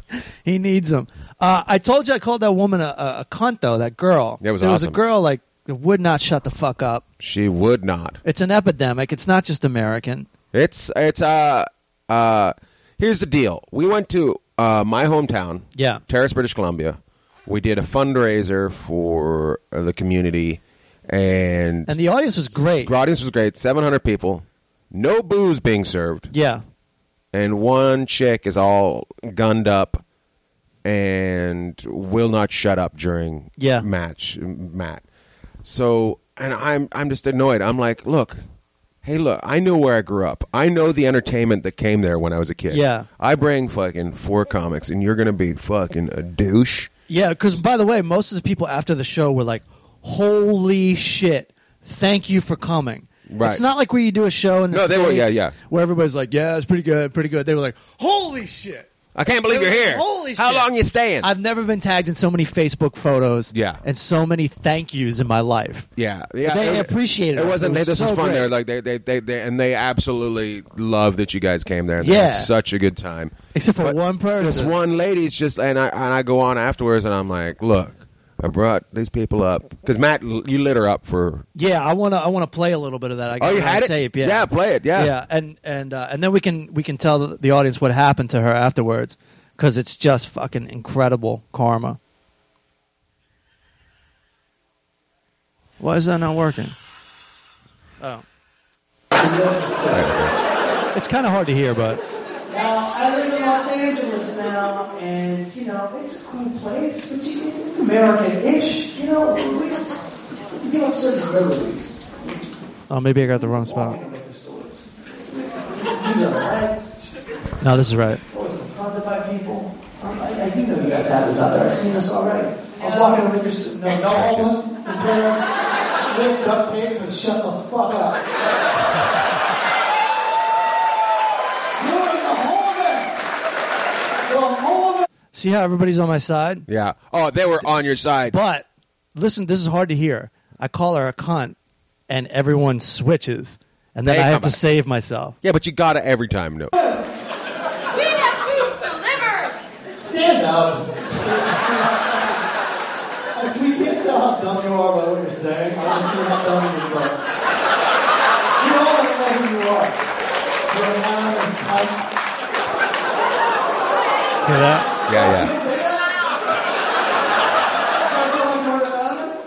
B: He needs them. Uh, I told you I called that woman a, a, a cunt, though, that girl.
C: That was
B: there was a
C: awesome.
B: girl, like, that would not shut the fuck up.
C: She would not.
B: It's an epidemic. It's not just American.
C: It's it's uh uh here's the deal. We went to uh my hometown,
B: Yeah.
C: Terrace, British Columbia. We did a fundraiser for uh, the community, and,
B: And the audience was great.
C: the audience was great. Seven hundred people, no booze being served,
B: Yeah.
C: and one chick is all gunned up and will not shut up during
B: Yeah.
C: match Matt. So and I'm I'm just annoyed. I'm like, look, hey look, I know where I grew up. I know the entertainment that came there when I was a kid.
B: Yeah.
C: I bring fucking four comics and you're gonna be fucking a douche.
B: Yeah, because by the way, most of the people after the show were like, "Holy shit! Thank you for coming."
C: Right.
B: It's not like where you do a show in the
C: No, they were- yeah,
B: States
C: yeah.
B: where everybody's like, "Yeah, it's pretty good, pretty good." They were like, "Holy shit!"
C: I can't believe
B: It
C: you're
B: was-
C: here.
B: holy
C: How
B: shit.
C: long you staying?
B: I've never been tagged in so many Facebook photos.
C: Yeah.
B: And so many thank yous in my life.
C: yeah, yeah.
B: They
C: it-
B: appreciated
C: it.
B: us.
C: wasn't.
B: It was
C: hey, this
B: so
C: was fun.
B: great.
C: There, like they, they, they, they, and they absolutely love that you guys came there. And they
B: Yeah.
C: had such a good time.
B: Except for
C: But
B: one person.
C: This one lady's just, and I and I go on afterwards, and I'm like, look, I brought these people up because Matt, l- you lit her up for.
B: Yeah, I want to. I want to play a little bit of that. I
C: Oh,
B: got
C: you had
B: on
C: it?
B: Tape. Yeah.
C: Yeah, play it, yeah.
B: yeah, and and uh, and then we can we can tell the, the audience what happened to her afterwards because it's just fucking incredible karma. Why is that not working? Oh, it's kind of hard to hear, but
F: Now, Uh, I live in Los Angeles now, and you know it's a cool place, but you, it's, it's American-ish. You know, we we give up certain liberties.
B: oh, maybe I got the wrong spot.
F: These are rights.
B: No, this is right.
F: Always confronted by people. Um, I, I do know you guys have this out there. I've seen this already. I was walking to liquor store. No, no homeless. in Paris, With duct tape and shut the fuck up. You're in the homeless. The homeless.
B: See how everybody's on my side,
C: Yeah. Oh, they were on your side.
B: but listen, this is hard to hear. I call her a cunt, and everyone switches, and then
C: Hey,
B: I
C: come
B: have to
C: on.
B: save myself.
C: yeah, but you got it every time. No. All
G: We have food delivered.
F: Stand up. if we can't tell how dumb you are by what you're saying, I want to see how dumb you are. You all don't know who you are. You're anonymous cunts.
B: Hear that?
C: Yeah, yeah.
F: You guys know I'm more anonymous?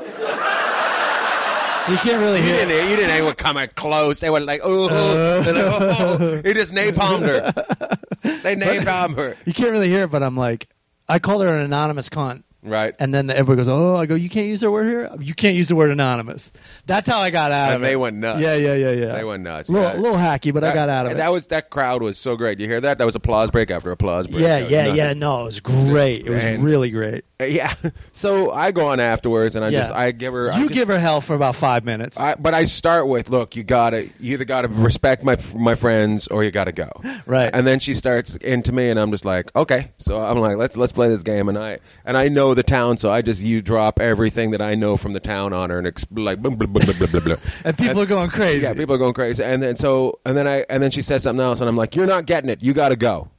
B: So you can't really
C: You
B: hear.
C: didn't. You didn't even come close. They were like, ooh, they're like, oh, oh. you just napalmed her. They napalmed her.
B: You can't really hear it, but I'm like, I call her an anonymous cunt,
C: Right.
B: and then everybody goes, "Oh," I go, "You can't use the word here. You can't use the word anonymous." That's how I got out
C: And
B: of it.
C: they went nuts.
B: Yeah, yeah, yeah, yeah.
C: They went nuts.
B: Little,
C: Yeah.
B: little hacky, but I got out of
C: and
B: it.
C: That was that crowd was so great. You hear that? That was applause break after applause break.
B: yeah,
C: That was
B: yeah,
C: nothing.
B: yeah. No, it was great. It was
C: And-
B: really great.
C: Uh, Yeah. So I go on afterwards, and I
B: yeah.
C: just I give her.
B: You
C: I just-
B: give her hell for about five minutes.
C: I, but I start with, look, you gotta, you either gotta respect my my friends or you gotta go.
B: Right.
C: And then she starts into me, and I'm just like, okay. So I'm like, let's let's play this game, and I and I know the town, so I just you drop everything that I know from the town on her, and exp- like, blah, blah, blah, blah, blah, blah, blah.
B: and people are going crazy.
C: yeah, people are going crazy, and then so and then I and then she says something else, and I'm like, you're not getting it, you gotta go.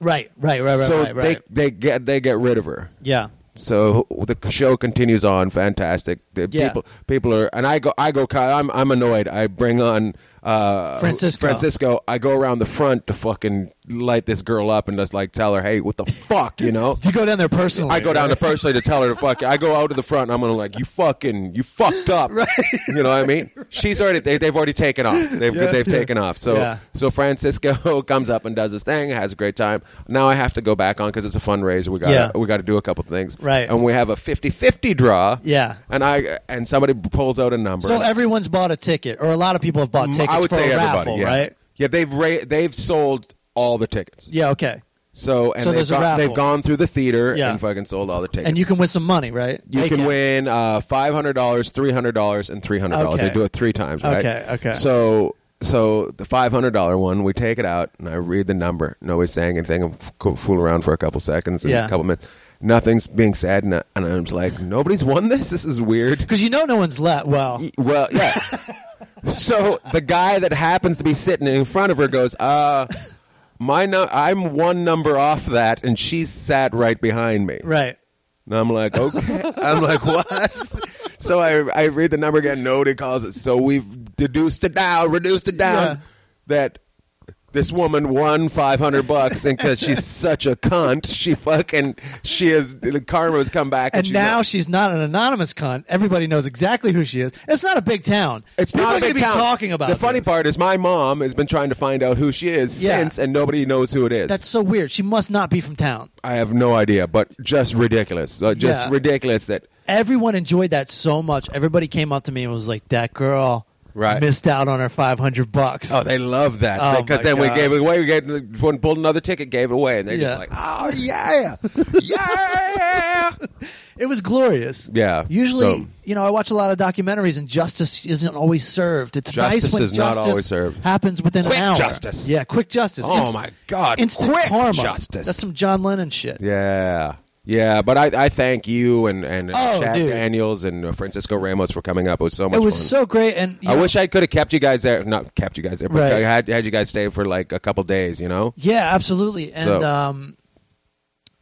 B: right, right, right, right,
C: so
B: right, right.
C: they they get they get rid of her.
B: yeah.
C: So the show continues on. Fantastic. The
B: Yeah.
C: people people are and I go I go I'm I'm annoyed. I bring on uh
B: Francisco.
C: Francisco. I go around the front to fucking light this girl up and just like tell her, "Hey, what the fuck, you know?"
B: You go down there personally.
C: I go down to personally to tell her to fuck. I go out to the front. and I'm gonna like you fucking you fucked up. You know what I mean? She's already they, they've already taken off. They've
B: Yeah,
C: they've
B: yeah.
C: taken off. So
B: Yeah.
C: so Francisco comes up and does his thing, has a great time. Now I have to go back on because it's a fundraiser. We got
B: Yeah.
C: to we got to do a couple things.
B: Right.
C: And we have a 50-50 draw.
B: Yeah.
C: And I and somebody pulls out a number.
B: So
C: And
B: everyone's bought a ticket, or a lot of people have bought tickets
C: I would
B: for
C: say
B: a
C: everybody.
B: raffle,
C: yeah.
B: right?
C: Yeah. They've ra- they've sold all the tickets.
B: Yeah. Okay.
C: So and
B: So
C: they've,
B: there's a
C: gone,
B: raffle.
C: they've gone through the theater
B: Yeah.
C: and fucking sold all the tickets.
B: And you can win some money, right?
C: You
B: They
C: can win uh, five hundred dollars, three hundred dollars, and three hundred dollars.
B: Okay.
C: They do it three times, right?
B: Okay, okay.
C: So, so the five hundred dollar one, we take it out, and I read the number. Nobody's saying anything. I f- co- fool around for a couple seconds, and
B: Yeah.
C: a couple minutes. Nothing's being said, and, I, and I'm just like, nobody's won this. This is weird.
B: Because you know no one's left. Well,
C: Well, yeah. so the guy that happens to be sitting in front of her goes, uh. My nu- I'm one number off that, and she sat right behind me.
B: right.
C: And I'm like, okay. I'm like, what? So I, I read the number again. Nobody calls it. So we've deduced it down, reduced it down
B: Yeah.
C: that this woman won 500 bucks. And because she's such a cunt, she fucking, she is, the karma has come back. And,
B: And
C: she's
B: now
C: like-
B: she's not an anonymous cunt. Everybody knows exactly who she is. It's not a big town.
C: it's
B: People
C: not
B: are
C: a
B: gonna
C: big
B: be
C: town.
B: talking about
C: The funny
B: this.
C: part is my mom has been trying to find out who she is
B: Yeah.
C: since, and nobody knows who it is.
B: That's so weird. She must not be from town.
C: I have no idea, but just ridiculous. Uh, just
B: Yeah.
C: ridiculous that.
B: Everyone enjoyed that so much. Everybody came up to me and was like, "That girl
C: Right.
B: missed out on our 500 bucks.
C: Oh, they love that
B: Oh,
C: because
B: my
C: then we
B: God.
C: gave it away. We gave one pulled another ticket, gave it away, and they're
B: Yeah.
C: just like, "Oh yeah, yeah."
B: It was glorious.
C: Yeah,
B: Usually,
C: so-
B: you know, I watch a lot of documentaries, and justice isn't always served. It's
C: Justice
B: nice when
C: is not
B: justice
C: always served.
B: happens within
C: Quick
B: an hour.
C: justice.
B: Yeah, quick justice.
C: Oh,
B: Inst-
C: my God,
B: Instant
C: quick
B: karma.
C: justice.
B: That's some John Lennon shit.
C: Yeah. Yeah, but I, I thank you and, and
B: Oh,
C: Chad
B: dude.
C: Daniels and uh, Francisco Ramos for coming up. It was so much
B: It was
C: fun.
B: so great, and you
C: I
B: know,
C: wish I could have kept you guys there. Not kept you guys there, but
B: Right.
C: I had, had you guys stay for like a couple days, you know?
B: Yeah, absolutely. And
C: So-
B: um,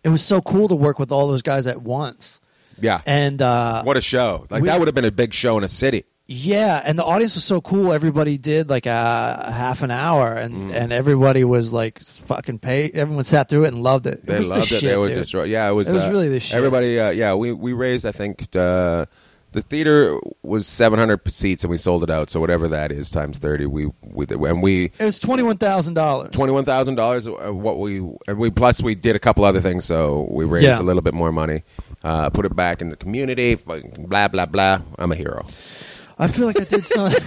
B: it was so cool to work with all those guys at once.
C: Yeah.
B: And uh,
C: what a show. Like,
B: we-
C: that would have been a big show in a city.
B: yeah, and the audience was so cool. Everybody did like a, a half an hour, and,
C: Mm.
B: and everybody was like fucking pay. Everyone sat through it and loved it.
C: They
B: it was the
C: loved it.
B: Shit,
C: they were
B: dude.
C: destroyed. Yeah, it was.
B: It was
C: uh,
B: really the shit.
C: Everybody. Uh, yeah, we we raised. I think uh, the theater was 700 seats, and we sold it out. So whatever that is times 30, we we and we
B: It was twenty one thousand dollars.
C: twenty one thousand dollars. uh, What we and we plus we did a couple other things, so we raised
B: Yeah.
C: a little bit more money. Uh, put it back in the community. fucking Blah blah blah. I'm a hero.
B: I feel like I did something.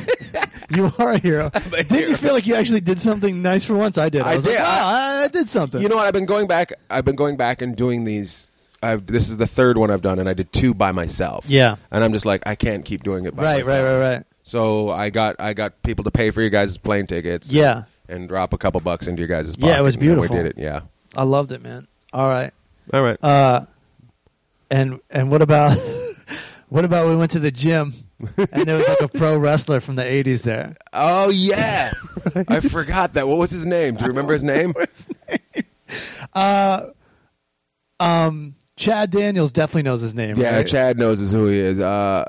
B: you are a hero. Didn't you feel like you actually did something nice for once? I did. I,
C: I
B: was
C: did.
B: like,
C: I-
B: "Ah, I did something.
C: You know what? I've been going back. I've been going back and doing these. I've, this is the third one I've done, and I did two by myself.
B: Yeah.
C: and I'm just like, I can't keep doing it. by
B: right,
C: myself.
B: right, right, right.
C: So I got I got people to pay for your guys' plane tickets.
B: Yeah.
C: and drop a couple bucks into your guys' pocket.
B: Yeah, it was
C: and then
B: beautiful.
C: We did it. Yeah.
B: I loved it, man. All right.
C: All right.
B: Uh, and and what about what about we went to the gym and there was like a pro wrestler from the eighties there.
C: oh yeah, I forgot that. What was his name? Do you remember his name?
B: Chad Daniels definitely knows his name.
C: Yeah,
B: right?
C: Chad knows is who he is. Uh,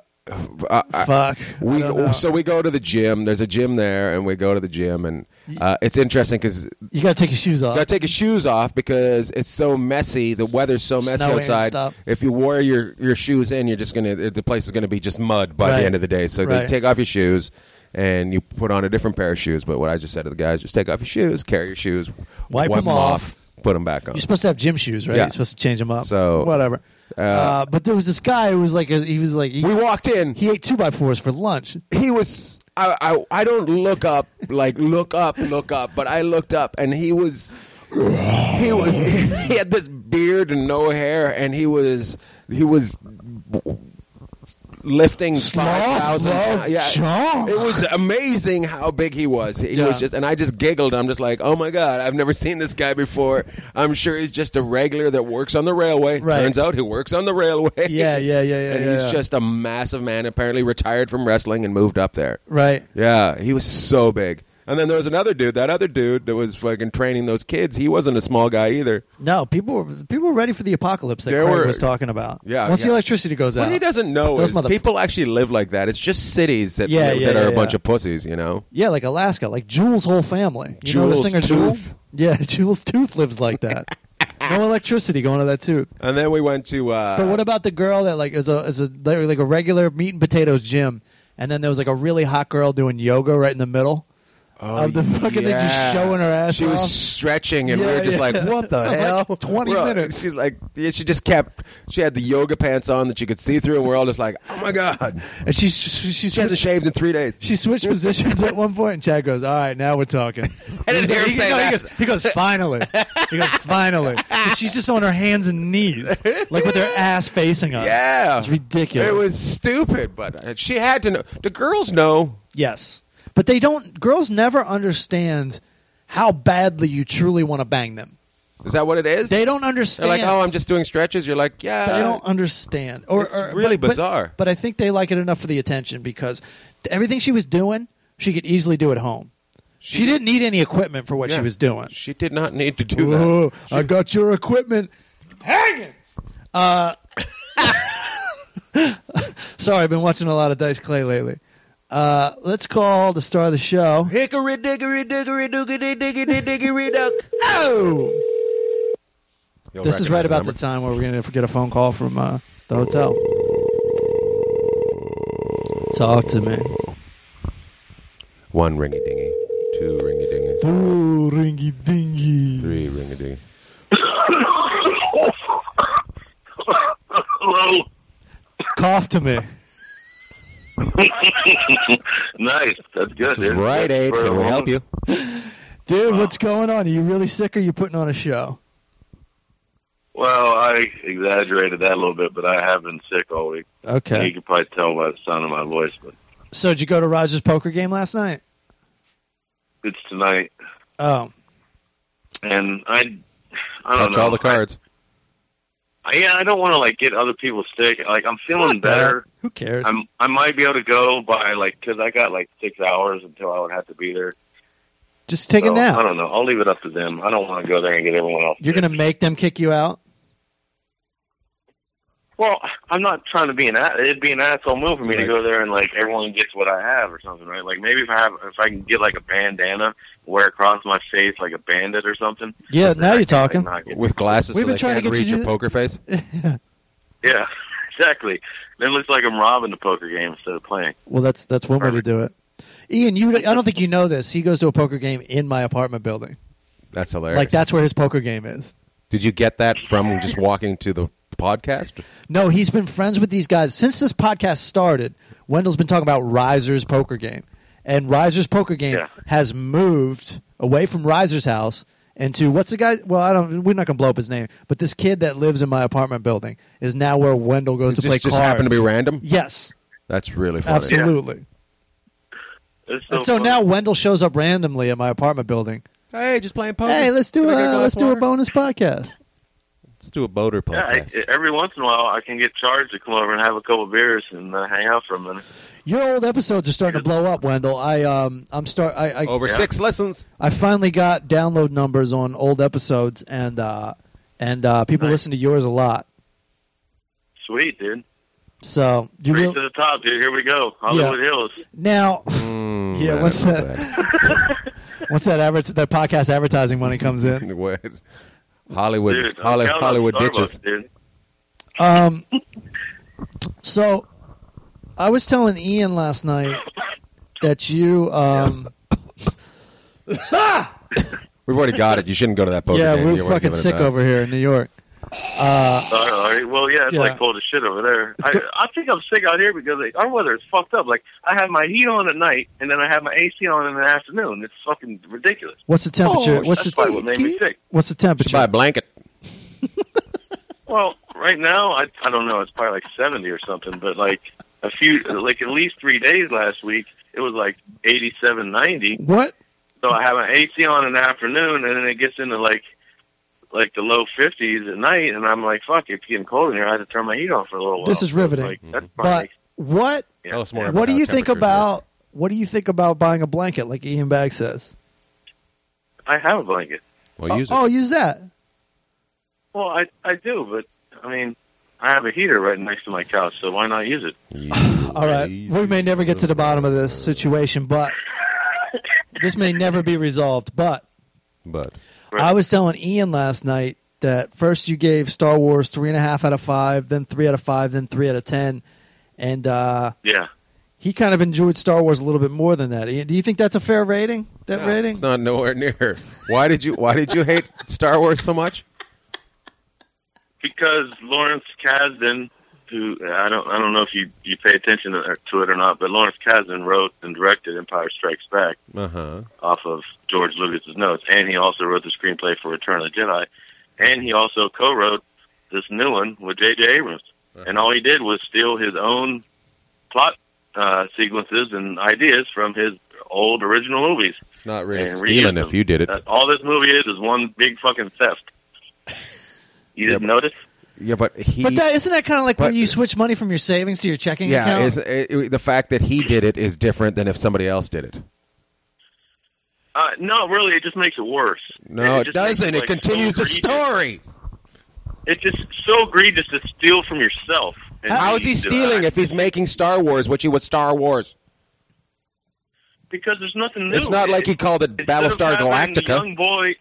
C: I, I-
B: Fuck. I
C: we
B: don't know.
C: so we go to the gym. There's a gym there, and we go to the gym, and uh, it's interesting because
B: you gotta take your shoes off.
C: Gotta take your shoes off because it's so messy. The weather's so messy
B: Snowy and
C: outside.
B: stuff.
C: If you wear your, your shoes in, you're just gonna the place is gonna be just mud by
B: Right.
C: the end of the day. So they
B: Right.
C: take off your shoes and you put on a different pair of shoes. But what I just said to the guys, just take off your shoes, carry your shoes,
B: Wipe 'em off.
C: put them back on.
B: You're supposed to have gym shoes, right?
C: Yeah.
B: You're supposed to change them up.
C: So,
B: whatever. Uh, but there was this guy who was like, a, he was like, he,
C: we walked in. He,
B: he ate two by fours for lunch.
C: he was. I, I I don't look up like look up look up, but I looked up and he was. he was he had this beard and no hair and he was he was lifting five thousand
B: love junk.
C: it was amazing how big he was he
B: Yeah.
C: was just and i just giggled i'm just like oh my god i've never seen this guy before i'm sure he's just a regular that works on the railway
B: Right.
C: turns out he works on the railway
B: Yeah, yeah, yeah, yeah,
C: and
B: yeah,
C: he's
B: yeah.
C: just a massive man apparently retired from wrestling and moved up there
B: Right.
C: yeah, he was so big. And then there was another dude. That other dude that was fucking training those kids. He wasn't a small guy either.
B: No, people were people were ready for the apocalypse that
C: There
B: Craig
C: were-
B: was talking about.
C: Yeah,
B: Once the
C: yeah.
B: electricity goes out,
C: What he doesn't know
B: Those
C: is
B: mother-
C: people actually live like that. It's just cities that
B: Yeah,
C: live-
B: yeah,
C: that are
B: yeah,
C: a bunch
B: yeah.
C: of pussies. You know.
B: Yeah, like Alaska, like Jules' whole family. You know the
C: Jules'
B: singer Jules?
C: tooth?
B: Yeah, Jules' tooth lives like that. no electricity going to that tooth.
C: And then we went to. Uh,
B: But what about the girl that like is a is a like a regular meat and potatoes gym, and then there was like a really hot girl doing yoga right in the middle of the fucking thing, just
C: Oh, yeah.
B: showing her ass.
C: She was
B: off.
C: stretching, and we
B: Yeah,
C: were just
B: yeah.
C: like, "What the
B: Like
C: hell?"
B: 20
C: We're all-
B: minutes.
C: She's like, yeah, she just kept. She had the yoga pants on that you could see through, and we're all just like, "Oh my god!"
B: and she she, she,
C: She hasn't
B: switched,
C: shaved in three days.
B: she switched positions at one point, and Chad goes, "All right, now we're talking." I
C: didn't hear him say that.
B: He goes, he goes, "Finally," he goes, "Finally." And she's just on her hands and knees, like with her ass facing us.
C: yeah,
B: it's ridiculous.
C: It was stupid, but uh, she had to know. The girls know.
B: Yes. But they don't girls never understand how badly you truly want to bang them.
C: Is that what it is?
B: They don't understand.
C: They're like, oh, I'm just doing stretches. You're like, yeah.
B: they don't understand. Or,
C: Uh, It's
B: or-
C: really
B: but- but-
C: bizarre.
B: But, I think they like it enough for the attention because th- everything she was doing, she could easily do at home. She, didn't need any equipment for what
C: Yeah.
B: she was doing.
C: She did not need to do
B: Whoa, Uh,
C: that.
B: I got your equipment hanging. Uh, sorry, I've been watching a lot of Dice Clay lately. Uh, let's call the star of the show.
C: Hickory dickory dickory diggity diggity diggity duck.
B: Oh!
C: You'll
B: This is right
C: recognize
B: about the
C: number.
B: time where we're going to get a phone call from uh, the hotel. Talk to me.
C: One ringy dingy, two ringy dingy,
B: Ooh, ringy dingy.
C: three ringy dingy.
D: Hello.
B: Cough to me.
H: Nice. That's good,
C: This is
H: dude.
C: Rite Aid.
H: For a
C: Can we
H: long-
C: help you?
B: Dude, what's going on? Are you really sick or are you putting on a show?
H: Well, I exaggerated that a little bit, but I have been sick all week. You
B: Okay.
H: can probably tell by the sound of my voice, but
B: So did you go to Roger's poker game last night?
H: it's tonight.
B: Oh.
H: And I, I don't
C: Touch
H: know.
C: all the cards.
H: I, yeah, I don't want to like get other people's sick. Like I'm feeling better.
B: Who cares?
H: I'm I might be able to go by like because I got like six hours until I would have to be there.
B: Just take a
H: So, I
B: nap.
H: don't know. I'll leave it up to them. I don't want to go there and get everyone else.
B: You're
H: sick.
B: gonna make them kick you out?
H: Well, I'm not trying to be an ass. It'd be an asshole move for me to
C: Right.
H: go there and like everyone gets what I have or something, right? Like maybe if I have, if I can get like a bandana, wear across my face like a bandit or something.
B: Yeah, now you're talking.
H: Like, not get-
C: With glasses
B: We've
C: so
B: been
C: they
B: trying to
C: can't
B: get you
C: read
B: to
C: your
B: do-
C: poker face.
H: yeah, exactly. Then it looks like I'm robbing the poker game instead of playing.
B: Well, that's that's one way to
H: Perfect.
B: do it. Ian, you I don't think you know this. He goes to a poker game in my apartment building.
C: That's hilarious.
B: Like that's where his poker game is.
C: Did you get that from just walking to the podcast?
B: No, he's been friends with these guys since this podcast started. Wendell's been talking about Riser's poker game, and Riser's poker game
H: Yeah.
B: has moved away from Riser's house into what's the guy? Well, I don't. We're not gonna blow up his name, but this kid that lives in my apartment building is now where Wendell goes to
C: just,
B: play
C: just
B: cards.
C: happened to be random.
B: Yes,
C: That's really funny.
B: absolutely.
H: It's
B: And so
H: funny.
B: now Wendell shows up randomly at my apartment building.
C: Hey, just playing poker.
B: Hey, let's do
C: Can I get
B: a
C: glass
B: let's do a
C: water?
B: bonus podcast.
C: Let's do a boater
H: Yeah, I,
C: podcast.
H: every once in a while I can get charged to come over and have a couple beers and uh, hang out for a minute.
B: Your old episodes are starting to blow up, Wendell. I um I'm start I I,
C: Over
H: Yeah.
C: six lessons.
B: I finally got download numbers on old episodes and uh and uh people
H: Nice.
B: listen to yours a lot.
H: Sweet, dude.
B: So you
H: Race
B: real-
H: to the top, dude. Here we go. Hollywood Hills.
B: now
C: Mm,
B: Yeah,
C: I
B: what's
C: don't know
B: that? once that adver- that podcast advertising money comes in.
C: that? What? Hollywood,
H: Dude, I'm
C: Holly,
H: counting on
C: Hollywood
H: Starbucks,
C: bitches.
H: Dude.
B: Um so I was telling Ian last night that you um
C: We've already got it. You shouldn't go to that poker
B: yeah,
C: game. Oh,
B: we're
C: You weren't
B: fucking
C: giving it
B: sick
C: to us.
B: over here in New York.
H: All right, all right. Well, yeah, it's
B: Yeah.
H: like cold as shit over there. I, I think I'm sick out here because like, our weather is fucked up. Like I have my heat on at night, and then I have my AC on in the afternoon. It's fucking ridiculous.
B: What's the temperature? what's
H: Oh, That's
B: the
H: probably what made me sick.
B: what's the
C: Should buy a
B: temperature?
C: blanket.
H: Well, right now I I don't know. It's probably like 70 or something. But like a few, like at least three days last week, it was like 87, 90.
B: What?
H: So I have an AC on in the afternoon, and then it gets into like like the low 50s at night, and I'm like, fuck, it's getting cold in here. I had to turn my heat on for a little while.
B: This is
H: So it's
B: riveting.
H: Like, that's
B: But
H: probably-
B: what
H: yeah.
C: Tell us more.
B: what do
C: how
B: you think
C: temperatures work.
B: about what do you think about buying a blanket like Ian Bag says?
H: I have a blanket.
C: Well, use it.
B: Oh, use that.
H: Well, I I do, but I mean, I have a heater right next to my couch, so why not use it?
B: All right. We may never get to the bottom of this situation, but this may never be resolved. But
C: But
H: Right.
B: I was telling Ian last night that first you gave Star Wars three and a half out of five, then three out of five, then three out of ten, and uh,
H: Yeah,
B: he kind of enjoyed Star Wars a little bit more than that. Ian, do you think that's a fair rating? That rating?
C: it's not nowhere near. Why did you? Why did you hate Star Wars so much?
H: because Lawrence Kasdan, who I don't I don't know if you you pay attention to to it or not, but Lawrence Kasdan wrote and directed Empire Strikes Back
C: Uh huh.
H: off of George Lucas's notes, and he also wrote the screenplay for Return of the Jedi, and he also co-wrote this new one with J.J. Abrams, and all he did was steal his own plot uh, sequences and ideas from his old original movies.
C: It's not really
H: and
C: stealing
H: reuse
C: if you did it.
H: That, all this movie is is one big fucking theft. You didn't notice?
C: yeah, but he.
B: But that isn't that kind of like when
C: But-
B: you switch money from your savings to your checking
C: yeah,
B: account?
C: it's, it, it- the fact that he did it is different than if somebody else did it.
H: Uh, no, really, it just makes it worse.
C: No, it,
H: just makes
C: doesn't. It
H: like, so
C: continues the
H: egregious.
C: story.
H: It's just so egregious to steal from yourself. And
C: How is he
H: leave to
C: stealing
H: that.
C: if he's making Star Wars, which he was Star Wars?
H: Because there's nothing new.
C: It's not like he called it
H: Instead of
C: Battlestar
H: having the
C: Galactica.
H: Young boy.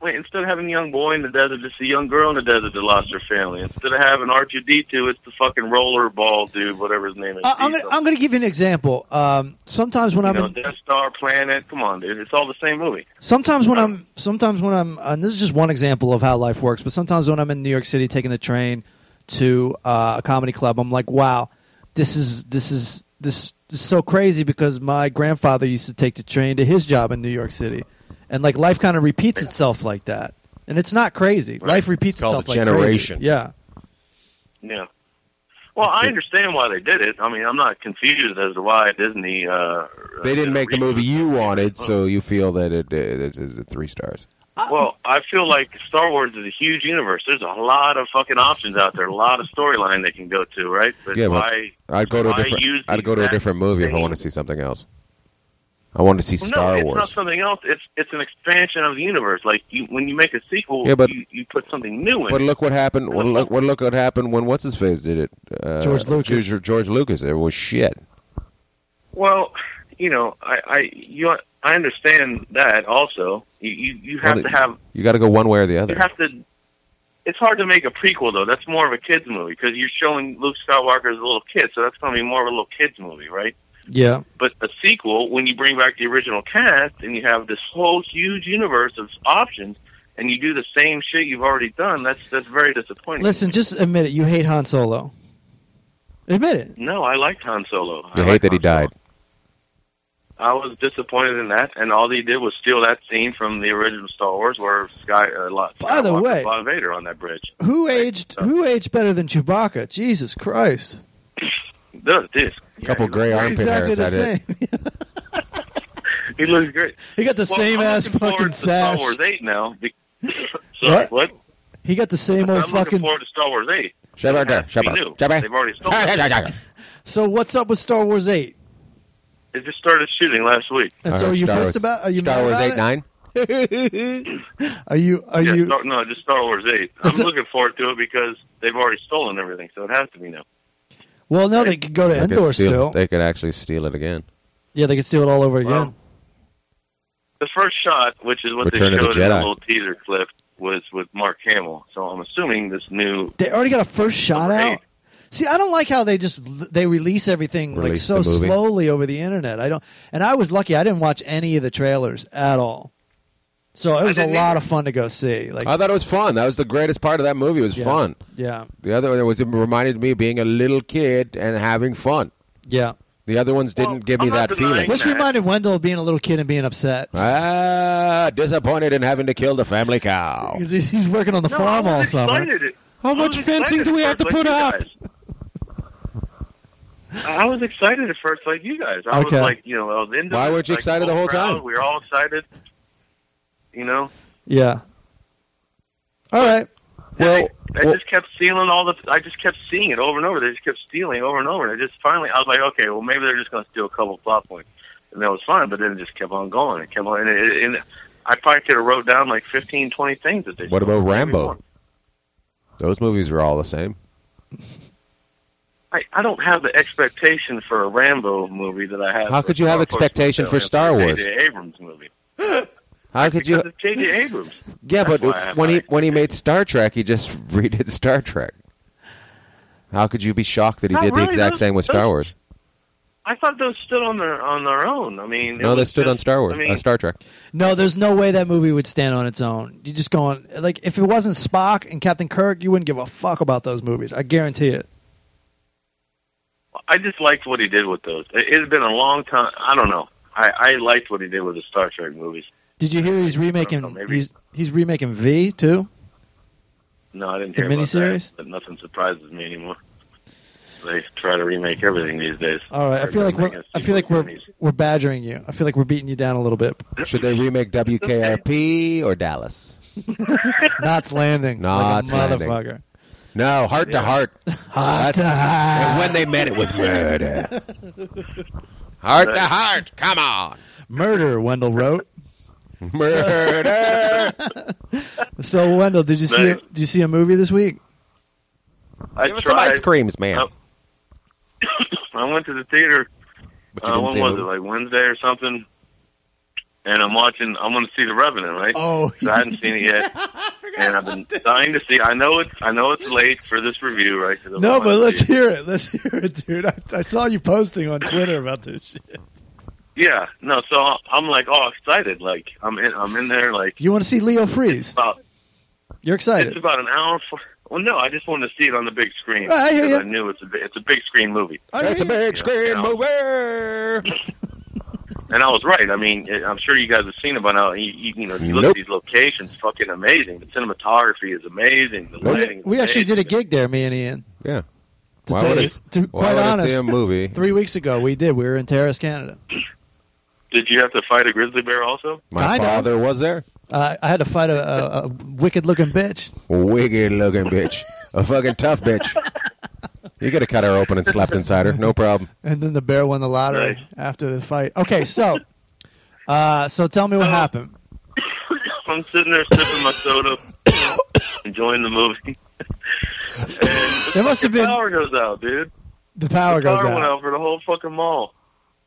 H: Wait, instead of having a young boy in the desert, it's a young girl in the desert that lost her family. Instead of having R two D two, it's the fucking rollerball dude, whatever his name is.
B: I, Uh, I'm
H: D
B: gonna, I'm gonna give you an example. Um, sometimes when
H: something.
B: I'm
H: you know,
B: in,
H: Death Star planet. Come on, dude. It's all the same movie.
B: sometimes when I'm sometimes when I'm and this is just one example of how life works. But sometimes when I'm in New York City taking the train to uh, a comedy club, I'm like, wow, this is this is this is so crazy because my grandfather used to take the train to his job in New York City, and like life kind of repeats itself like that, and it's not crazy. Life repeats
C: It's called
B: itself. like
C: generation.
B: Crazy. Yeah,
H: Yeah. Well, I understand why they did it. I mean, I'm not confused as to why Disney. Uh,
C: They
H: did a
C: didn't make the
H: reboot.
C: movie you wanted, so you feel that it is is a three stars.
H: Well, I feel like Star Wars is a huge universe. There's a lot of fucking options out there, a lot of storyline they can go to, right? But
C: Yeah, but
H: why?
C: I'd go to a
H: why
C: different.
H: use the
C: I'd go to a
H: exact
C: different movie if I
H: same-
C: want to see something else. I want to see
H: Well,
C: Star
H: no, it's not
C: Wars.
H: something else. It's it's an expansion of the universe. Like you, when you make a sequel,
C: Yeah, but-
H: you, you put something new in.
C: But
H: it.
C: look what happened. Well, look, well, look what happened when what's his face did it. Uh,
B: George Lucas.
C: George, George Lucas. It was shit.
H: Well, you know, I I you I understand that also. You you, you have
C: Well,
H: to have
C: You got to go one way or the
H: you
C: other.
H: have to. It's hard to make a prequel though. That's more of a kids movie because you're showing Luke Skywalker as a little kid, so that's going to be more of a little kids movie, right?
B: yeah.
H: But a sequel, when you bring back the original cast and you have this whole huge universe of options, and you do the same shit you've already done, that's that's very disappointing.
B: Listen, just admit it. You hate Han Solo. Admit it.
H: no, I liked Han Solo.
C: I hate
H: liked
C: that he
H: Han Solo.
C: died.
H: I was disappointed in that, and all they did was steal that scene from the original Star Wars, where Sky uh, Lot-
B: By the
H: Skywalker
B: way-
H: fought Vader on that bridge.
B: Who aged? Who aged better than Chewbacca? Jesus Christ!
H: Dude, this
C: A couple gray
B: It's
C: armpit
B: exactly
C: hairs.
B: the
C: That it.
B: same.
H: he looks great.
B: he got the
H: Well,
B: same
H: I'm
B: ass
H: looking forward
B: fucking
H: to Star
B: sash.
H: Wars Eight now. Be- Sorry,
B: What?
H: what?
B: He got the same
H: I'm
B: old
H: looking
B: fucking.
H: forward to Star Wars Eight.
C: Shut up,
H: It has
C: shut
H: to be
C: up,
H: new.
C: shut up.
H: They've already stolen. it.
C: All
B: So what's up with Star Wars Eight?
H: They just started shooting last week.
B: And so
C: right,
B: are you
C: Star
B: pissed
C: Wars-
B: about? Are you
C: Star
B: mad
C: Wars
B: about
C: eight
B: it?
C: nine?
B: Are you? Are
H: Yeah,
B: you?
H: Star, no, just Star Wars Eight. I'm
B: Listen-
H: looking forward to it because they've already stolen everything, so it has to be new.
B: Well, no, they could go to
C: They could
B: Endor
C: steal-
B: still.
C: They could actually steal it again.
B: yeah, they could steal it all over again.
H: Well, the first shot, which is what
C: Return
H: they
C: of the
H: showed in the
C: Jedi.
H: little teaser clip, was with Mark Hamill. So I'm assuming this new
B: they already got a first shot
H: Number
B: out.
H: eight.
B: See, I don't like how they just they release everything like
C: Release
B: so
C: the movie.
B: slowly over the internet. I don't, and I was lucky; I didn't watch any of the trailers at all. So it was a
H: didn't
B: lot of fun to go see. Like,
C: I thought it was fun. That was the greatest part of that movie. It was
B: yeah,
C: fun.
B: Yeah,
C: The other one was it reminded me of being a little kid and having fun.
B: yeah.
C: The other ones didn't
H: Well,
C: give me
H: I'm not
C: that feeling.
H: denying-
B: This
H: Nah.
B: reminded Wendell of being a little kid and being upset
C: Ah, disappointed in having to kill the family cow.
B: because he's, he's working on the farm all summer.
H: How
B: much fencing do we have to put up?
H: I was excited at first, like you guys. I
B: Okay.
H: was like, you know, I was into
C: Why
H: it,
C: weren't you
H: like,
C: excited the
H: whole
C: whole
H: crowd,
C: time?
H: We were all excited. You know,
B: Yeah. All right.
C: Well,
H: I
C: well,
H: just kept stealing all the. I just kept seeing it over and over. They just kept stealing over and over. And I just finally, I was like, okay, well, maybe they're just going to steal a couple plot points, and that was fine. But then it just kept on going. It kept on, and, it, and I probably could have wrote down like 15, 20 things that they.
C: What
H: stole.
C: about Rambo?
H: Every one.
C: those movies were all the same.
H: I, I don't have the expectation for a Rambo movie that I have.
C: How
H: for
C: could you have
H: Star Wars
C: expectation for
H: movie,
C: Star
H: for a
C: Wars?
H: J.J. Abrams movie.
C: How could you?
H: Because it's J.J. Abrams.
C: Yeah, but
H: That's why I have
C: when
H: my
C: he when he made Star Trek, he just redid Star Trek. How could you be shocked that he
H: Not
C: did
H: really,
C: the exact
H: those-
C: same with Star
H: those-
C: Wars?
H: I thought those stood on their on their own. I mean, it
C: No, they
H: was
C: stood
H: just-
C: on Star Wars,
H: I mean,
C: uh, Star Trek.
B: No, there's no way that movie would stand on its own. You just going like if it wasn't Spock and Captain Kirk, you wouldn't give a fuck about those movies. I guarantee it.
H: I just liked what he did with those. It, it had been a long time. I don't know. I, I liked what he did with the Star Trek movies.
B: Did you hear he's remaking?
H: know, maybe-
B: he's he's remaking V too.
H: No, I didn't
B: The
H: hear about
B: miniseries?
H: that. But nothing surprises me anymore. They try to remake everything these days.
B: All right, I feel like we're I feel like we're we're badgering you. I feel like we're beating you down a little bit.
C: Should they remake WKRP or Dallas?
B: Knots Landing,
C: Knots
B: like a
C: Landing.
B: motherfucker.
C: No, heart to heart. Heart to heart. And when they met, it was murder. heart to heart. Come on,
B: Murder, Wendell wrote.
C: murder.
B: So Wendell, did you see
H: Nice.
B: did you see a movie this week?
H: I
C: Give us some
H: tried.
C: ice creams, man.
H: Oh. I went to the theater
C: But you
H: Uh,
C: didn't
H: when
C: see a
H: was it?
C: movie?
H: Like Wednesday or something. And I'm watching. I'm going to see The Revenant, right?
B: Oh.
H: 'Cause I hadn't seen it yet, and I've been dying to see. I know it's. I know it's late for this review, right? 'Cause I
B: No,
H: wanted
B: but
H: to
B: let's
H: see it.
B: hear it. Let's hear it, dude. I, I saw you posting on Twitter about this shit.
H: Yeah. No. So I'm like all excited. Like I'm in. I'm in there. Like
B: You want to see Leo Freeze?
H: about.
B: You're
H: It's
B: excited.
H: about an hour. For, Well, no, I just wanted to see it on the big screen.
B: Right, I hear
H: because
B: ya.
H: I knew it's a bi- it's a big screen movie,
B: I
C: It's a
B: hear you.
C: big screen
H: Yeah.
C: movie.
H: and I was right. I mean, it- I'm sure you guys have seen it by now. You, you, you know, you look
C: Nope.
H: at these locations, fucking amazing. The cinematography is amazing. The lighting. is
B: We actually did a
H: amazing.
B: gig there, me and Ian.
I: Yeah.
B: To
I: Why
B: tell
I: would I
B: you,
I: s-
B: to,
I: Why
B: quite
I: would I
B: honest,
I: see a movie?
B: three weeks ago we did. We were in Terrace, Canada.
H: Did you have to fight a grizzly bear also?
I: My
B: Kinda.
I: father was there.
B: Uh, I had to fight a, a, a wicked-looking bitch.
I: Wicked looking bitch. A fucking tough bitch. You could have cut her open and slept inside her. No problem.
B: And then the bear won the lottery
H: Nice.
B: after the fight. Okay, so uh, so tell me what happened.
H: I'm sitting there sipping my soda, enjoying the movie. and
B: There must have
H: the
B: been
H: power goes out, dude.
B: the power
H: The
B: goes
H: power went
B: out.
H: out for the whole fucking mall.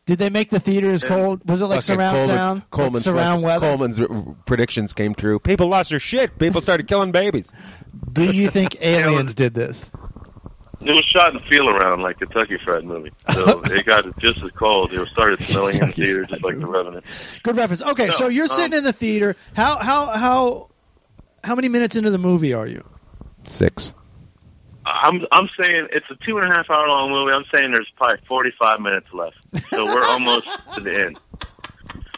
B: Did they make the theaters
H: Yeah.
B: cold? Was it like
I: Fucking
B: surround
I: Coleman's-
B: sound?
I: Coleman's
B: surround
I: fucking-
B: weather.
I: Coleman's r- r- predictions came true. People lost their shit. People started killing babies.
B: Do you think aliens did this?
H: It was shot and feel around like Kentucky Fried movie, so it got just as cold. It started smelling in the
B: Kentucky
H: theater
B: Fried
H: just like the Revenant.
B: Good reference. Okay,
H: No,
B: so you're sitting
H: um,
B: in the theater. How how how how many minutes into the movie are you?
I: Six.
H: I'm I'm saying it's a two and a half hour long movie. I'm saying there's probably 45 minutes left, so we're almost to the end.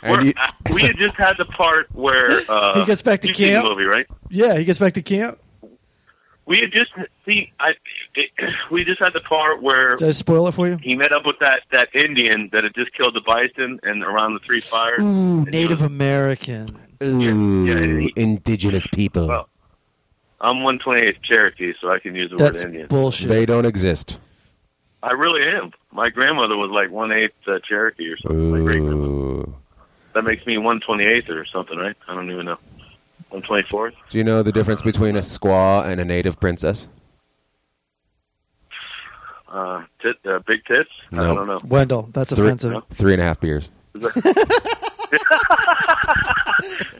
H: We're,
I: And you,
H: uh, we had just had the part where uh,
B: He gets back to
H: you've seen
B: camp.
H: The movie, right?
B: Yeah, he gets back to camp.
H: We had just see. I it, we just had the part where
B: Did I spoil it for you?
H: he met up with that that Indian that had just killed the bison and around the three fires.
B: Ooh,
H: And he
B: Native
H: was-
B: American.
H: yeah,
I: ooh,
H: he-
I: indigenous people.
H: Well, I'm 128th Cherokee, so I can use the
B: That's
H: word Indian.
B: bullshit.
I: they don't exist.
H: I really am. My grandmother was like 1/8 uh, Cherokee or something. My great grandmother.
I: Ooh.
H: That makes me 128th or something, right? I don't even know. 124th.
I: Do you know the difference between a squaw and a native princess?
H: Uh, tit, uh, big tits. I
I: No.
H: don't know.
B: Wendell, that's
I: Three-
B: offensive.
I: Three and a half beers.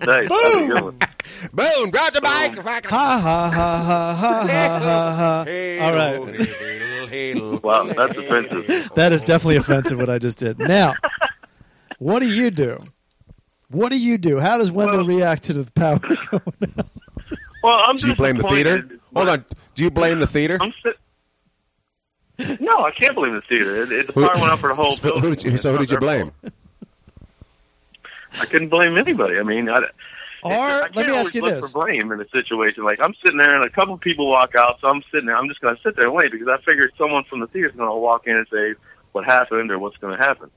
H: Nice. That's a good one.
I: Boom! Drop the mic.
B: Ha ha ha ha ha ha ha ha. All right.
H: Wow, that's offensive.
B: That is definitely offensive what I just did. Now, what do you do? What do you do? How does Wendell react to the power? going out?
H: Well, I'm
I: Do you blame the theater?
H: disappointed,
I: Hold
H: but
I: on. Do you blame the theater?
H: I'm si- no, I can't blame the theater. It, it, the fire went out for the whole
I: So
H: building.
I: who did you,
H: It's
I: so who
H: not
I: did you
H: their
I: blame?
H: fault. I couldn't blame anybody. I mean, I,
B: Or
H: I
B: let
H: can't
B: me
H: always
B: ask you
H: look
B: this.
H: for blame in a situation like I'm sitting there and a couple people walk out, so I'm sitting there. I'm just going to sit there and wait because I figure someone from the theater's going to walk in and say what happened or what's going to happen.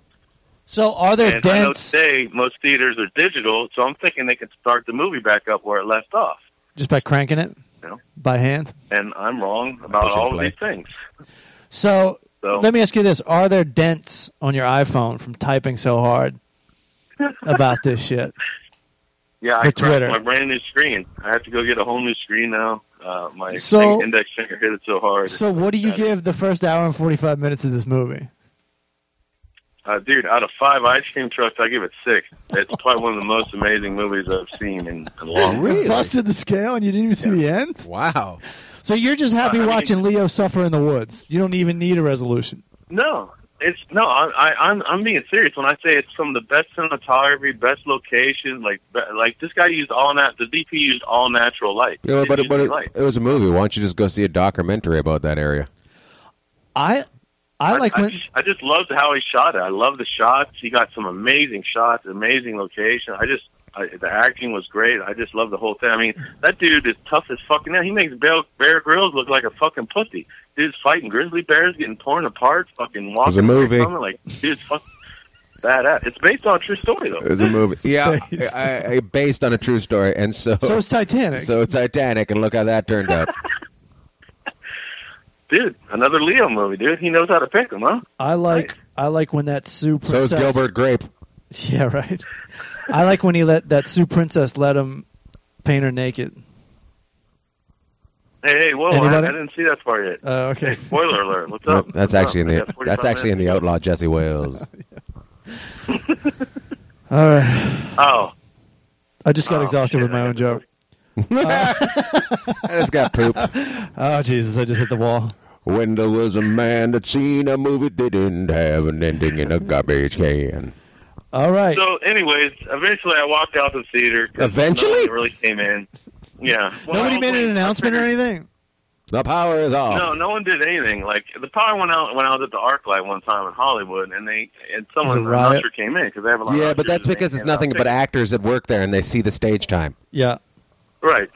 B: So are there
H: and I know
B: dents?
H: today most theaters are digital, so I'm thinking they can start the movie back up where it left off.
B: Just by cranking it?
H: No.
B: By hand?
H: And I'm wrong about
I: Push and
H: all of
I: play.
H: these things.
B: So,
H: So-
B: let me ask you this. Are there dents on your iPhone from typing so hard about this shit?
H: Yeah, I
B: For
H: cracked
B: Twitter.
H: my brand new screen. I have to go get a whole new screen now. Uh, my
B: So-
H: thing- index finger hit it so hard.
B: So what do you
H: That-
B: give the first hour and 45 minutes of this movie?
H: Uh, dude, out of five ice cream trucks, I give it six. It's probably one of the most amazing movies I've seen in a long time.
B: Busted the scale and you didn't even see the end?
I: Wow.
B: So you're just happy
H: Uh, I mean-
B: watching Leo suffer in the woods. You don't even need a resolution.
H: No, it's no. I, I, I'm I'm being serious when I say it's some of the best cinematography, best location. Like be- like this guy used all nat. The DP used all natural light.
I: Yeah,
H: It
I: but,
H: used
I: but it,
H: light.
I: it was a movie. Why don't you just go see a documentary about that area?
B: I I like
H: I,
B: when
H: I just loved how he shot it. I love the shots. He got some amazing shots, amazing location. I just I, the acting was great. I just love the whole thing. I mean, that dude is tough as fucking hell. He makes Bear, Bear Grylls look like a fucking pussy. Dude's fighting grizzly bears, getting torn apart, fucking walking.
I: was a
H: away
I: movie.
H: from it, Like dude's fucking badass. It's based on a true story though.
I: It was a movie. Yeah,
B: Based.
I: I, I, based on a true story, and so
B: so it's Titanic.
I: so it's Titanic, and look how that turned out.
H: Dude, another Leo movie, dude. He knows how to pick 'em, huh?
B: I like I like when that Sue
I: so
B: princess.
I: is Gilbert Grape.
B: Yeah, right. I like when he let that Sue princess let him paint her naked.
H: Hey, hey, whoa! I, I
B: Anybody?
H: didn't see that part yet.
B: Uh, okay.
H: Spoiler alert! What's
I: No,
H: up?
I: that's
H: What's up?
I: actually in
H: We
I: the
H: got 45
I: that's actually in the
H: minutes.
I: Outlaw Jesse Wales.
B: All right.
H: Oh,
B: I just got
H: Oh,
B: exhausted
H: shit,
B: with my
H: I
B: own
H: got
B: joke.
I: and it's got poop.
B: Oh Jesus! I just hit the wall.
I: Wendell was a man that seen a movie that didn't have an ending in a garbage can.
B: All right.
H: So, anyways, eventually I walked out the theater. 'cause
I: Eventually?
H: nobody really came in. Yeah. Well,
B: Nobody
H: uh, I
B: made
H: was
B: an
H: waiting-
B: announcement or anything.
C: The power is off.
H: No, no one did anything. Like the power went out when I was at the ArcLight one time in Hollywood, and they and someone
B: It was a
H: an
B: riot.
H: usher came in because they have a lot.
C: Yeah,
H: of
C: but that's
H: ushers, and they
C: because it's
H: hand out
C: nothing but
H: tickets.
C: actors that work there and they see the stage time.
B: Yeah.
H: right.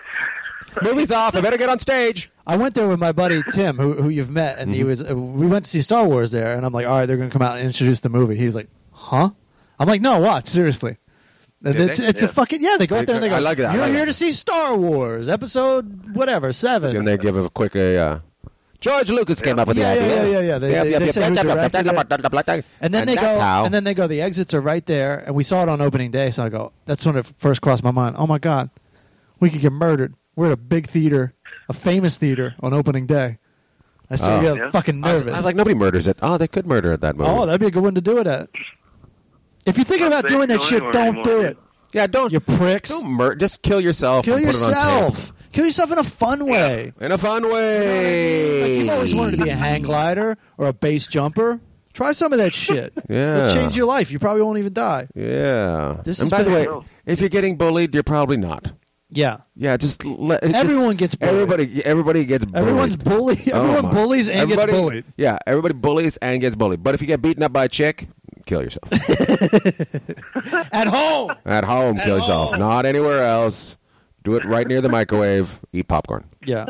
C: Movie's off. I better get on stage.
B: I went there with my buddy Tim, who, who you've met, and he was. uh, We went to see Star Wars there, and I'm like, all right, they're going to come out and introduce the movie. He's like, huh? I'm like, no, watch seriously. It's,
C: they?
B: it's
H: Yeah.
B: a fucking yeah. They go out there and they go.
C: I like that. I
B: You're
C: like
B: here
C: that."
B: to see Star Wars episode whatever seven.
C: And they give a quick. Uh, uh, George Lucas came up with
B: Yeah,
C: the
B: yeah,
C: idea.
B: yeah, yeah, yeah. They- they- they say who directed
C: it.
B: And then they
C: that's
B: go,
C: How.
B: and then they go. The exits are right there, and we saw it on opening day. So I go, that's when it first crossed my mind. Oh my god, we could get murdered. We're at a big theater, a famous theater on opening day. I started
C: Oh.
B: getting
H: Yeah.
B: fucking
C: I was,
B: nervous.
C: I was like, nobody murders it. Oh, they could murder at that movie.
B: oh, that'd be a good one to do it at. If you're thinking
H: Not
B: about
H: safe
B: doing that
H: going
B: shit,
H: anywhere
B: don't do
H: anymore,
B: it.
C: yeah, don't
B: You pricks.
C: don't mur- Just kill yourself.
B: Kill
C: and put it on tape.
B: yourself. Kill yourself in a fun way.
C: in a fun
B: Like,
C: way.
B: you've always wanted to be a hang glider or a base jumper. Try some of that shit.
C: Yeah.
B: It'll change your life. You probably won't even die.
C: Yeah.
B: This has
C: and by the
B: been-
C: way, if you're getting bullied, you're probably not.
B: Yeah.
C: Yeah, just let just-
B: Everyone gets bullied.
C: Everybody, everybody gets bullied.
B: Everyone's bully.
C: Oh,
B: Everyone
C: my.
B: bullies and
C: Everybody-
B: gets bullied.
C: Yeah, everybody bullies and gets bullied. But if you get beaten up by a chick, kill yourself.
B: At home.
C: At home, kill yourself.
B: home.
C: Not anywhere else. Do it right near the microwave. Eat popcorn.
B: Yeah.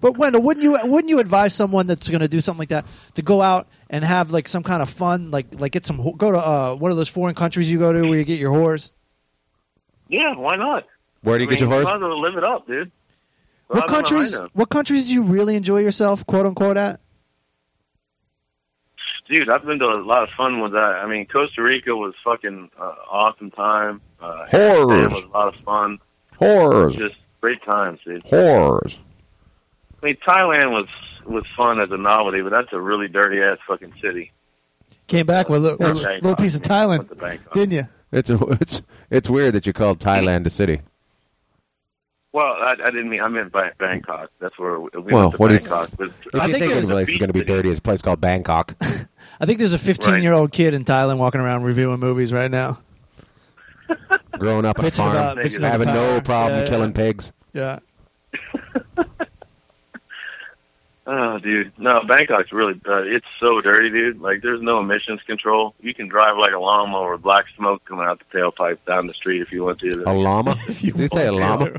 B: But Wendell, wouldn't you wouldn't you advise someone that's going to do something like that to go out and have like some kind of fun, like like get some ho- go to uh, one of those foreign countries you go to where you get your whores?
H: Yeah, why not?
C: Where do you
H: I mean,
C: get your
H: you
C: horse?
H: might as well live it up, dude.
B: what
H: Well, I don't know, I
B: countries?
H: know.
B: What countries do you really enjoy yourself, quote unquote? At
H: Dude, I've been to a lot of fun ones. I, I mean, Costa Rica was fucking uh, awesome time. Uh,
C: Horrors.
H: Amsterdam was a lot of fun.
C: Whores.
H: Just great times, dude.
C: Whores.
H: I mean, Thailand was was fun as a novelty, but that's a really dirty ass fucking city.
B: came back with a
H: Yeah,
B: little,
H: Bangkok.
B: little piece of
H: Went to
B: Thailand,
H: Bangkok.
B: didn't you?
C: It's, it's, it's weird that you called Thailand a city.
H: Well, I, I didn't mean I meant ba- Bangkok. That's where we we
C: Well,
H: went to
C: what do you-
H: Bangkok. But-
C: If
B: I
C: you
B: think
C: think
B: it
C: any
B: was a
C: place is
H: beach
C: going to be
H: city.
C: dirty, it's a place called Bangkok.
B: I think there's a 15
H: Right.
B: year old kid in Thailand walking around reviewing movies right now.
C: Growing up on a
B: Bitching about-
C: farm,
H: bitching about
C: having no
B: power.
C: problem
B: Yeah, yeah.
C: killing pigs.
B: Yeah.
H: Oh, dude, no, Bangkok's really uh, it's so dirty, dude. Like, there's no emissions control. You can drive like a lawnmower, black smoke coming out the tailpipe down the street if you want to.
C: A llama? Did they say a llama?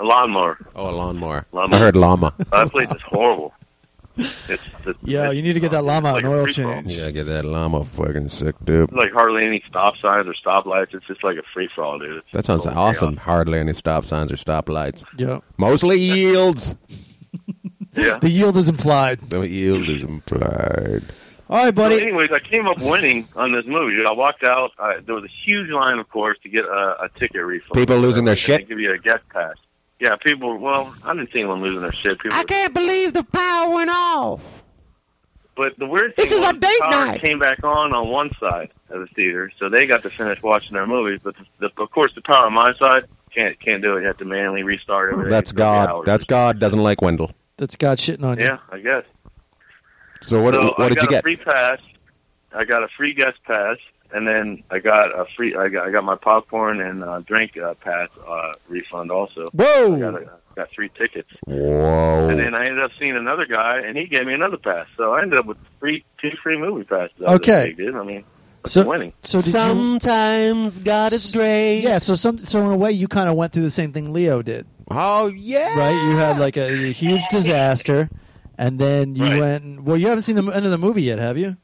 H: A lawnmower.
C: Oh, a lawnmower.
H: Llama.
C: I heard llama.
H: That place is horrible. It's, it's,
B: Yeah, you need to get that llama
H: like
B: an
H: a
B: oil
H: free for all.
B: change.
C: Yeah, get that llama fucking sick, dude.
H: Like hardly any stop signs or stoplights. It's just like a free for all, dude. It's
C: That sounds
H: total
C: awesome.
H: chaos.
C: Hardly any stop signs or stop lights.
B: Yeah.
C: Mostly yields.
H: Yeah.
B: The yield is implied.
C: The yield is implied.
B: All right,
H: So
B: buddy.
H: anyways, I came up winning on this movie. Dude. I walked out. I, there was a huge line, of course, to get a, a ticket refund.
C: People losing their shit?
H: They give you a guest pass. Yeah, people. Well, I didn't see anyone losing their shit. People,
C: believe the power went off.
H: But the weird thing
C: This is
H: was
C: a date
H: the power
C: night.
H: came back on on one side of the theater, so they got to finish watching their movies. But the, the, of course, the power on my side can't can't do it. You have to manually restart everything.
C: That's
H: It's gonna be
C: God.
H: hours.
C: That's God doesn't like Wendell.
B: That's God shitting on you.
H: Yeah, I guess.
C: So what?
H: so I
C: what did
H: got
C: you
H: a
C: get?
H: free pass. I got a free guest pass, and then I got a free. I got I got my popcorn and uh, drink uh, pass uh, refund also. I got,
B: Whoa.
H: a, got three tickets, and
C: Whoa!
H: then I ended up seeing another guy, and he gave me another pass. So I ended up with free two free movie passes. out of this
B: Okay.
H: thing, dude. I mean, that's
B: So,
H: winning.
B: so did you,
A: Sometimes God is great.
B: yeah, so some, so in a way, you kind of went through the same thing Leo did,
C: Oh yeah!
B: right? You had like a, a huge disaster, and then you
H: Right.
B: went. and- Well, you haven't seen the end of the movie yet, have you?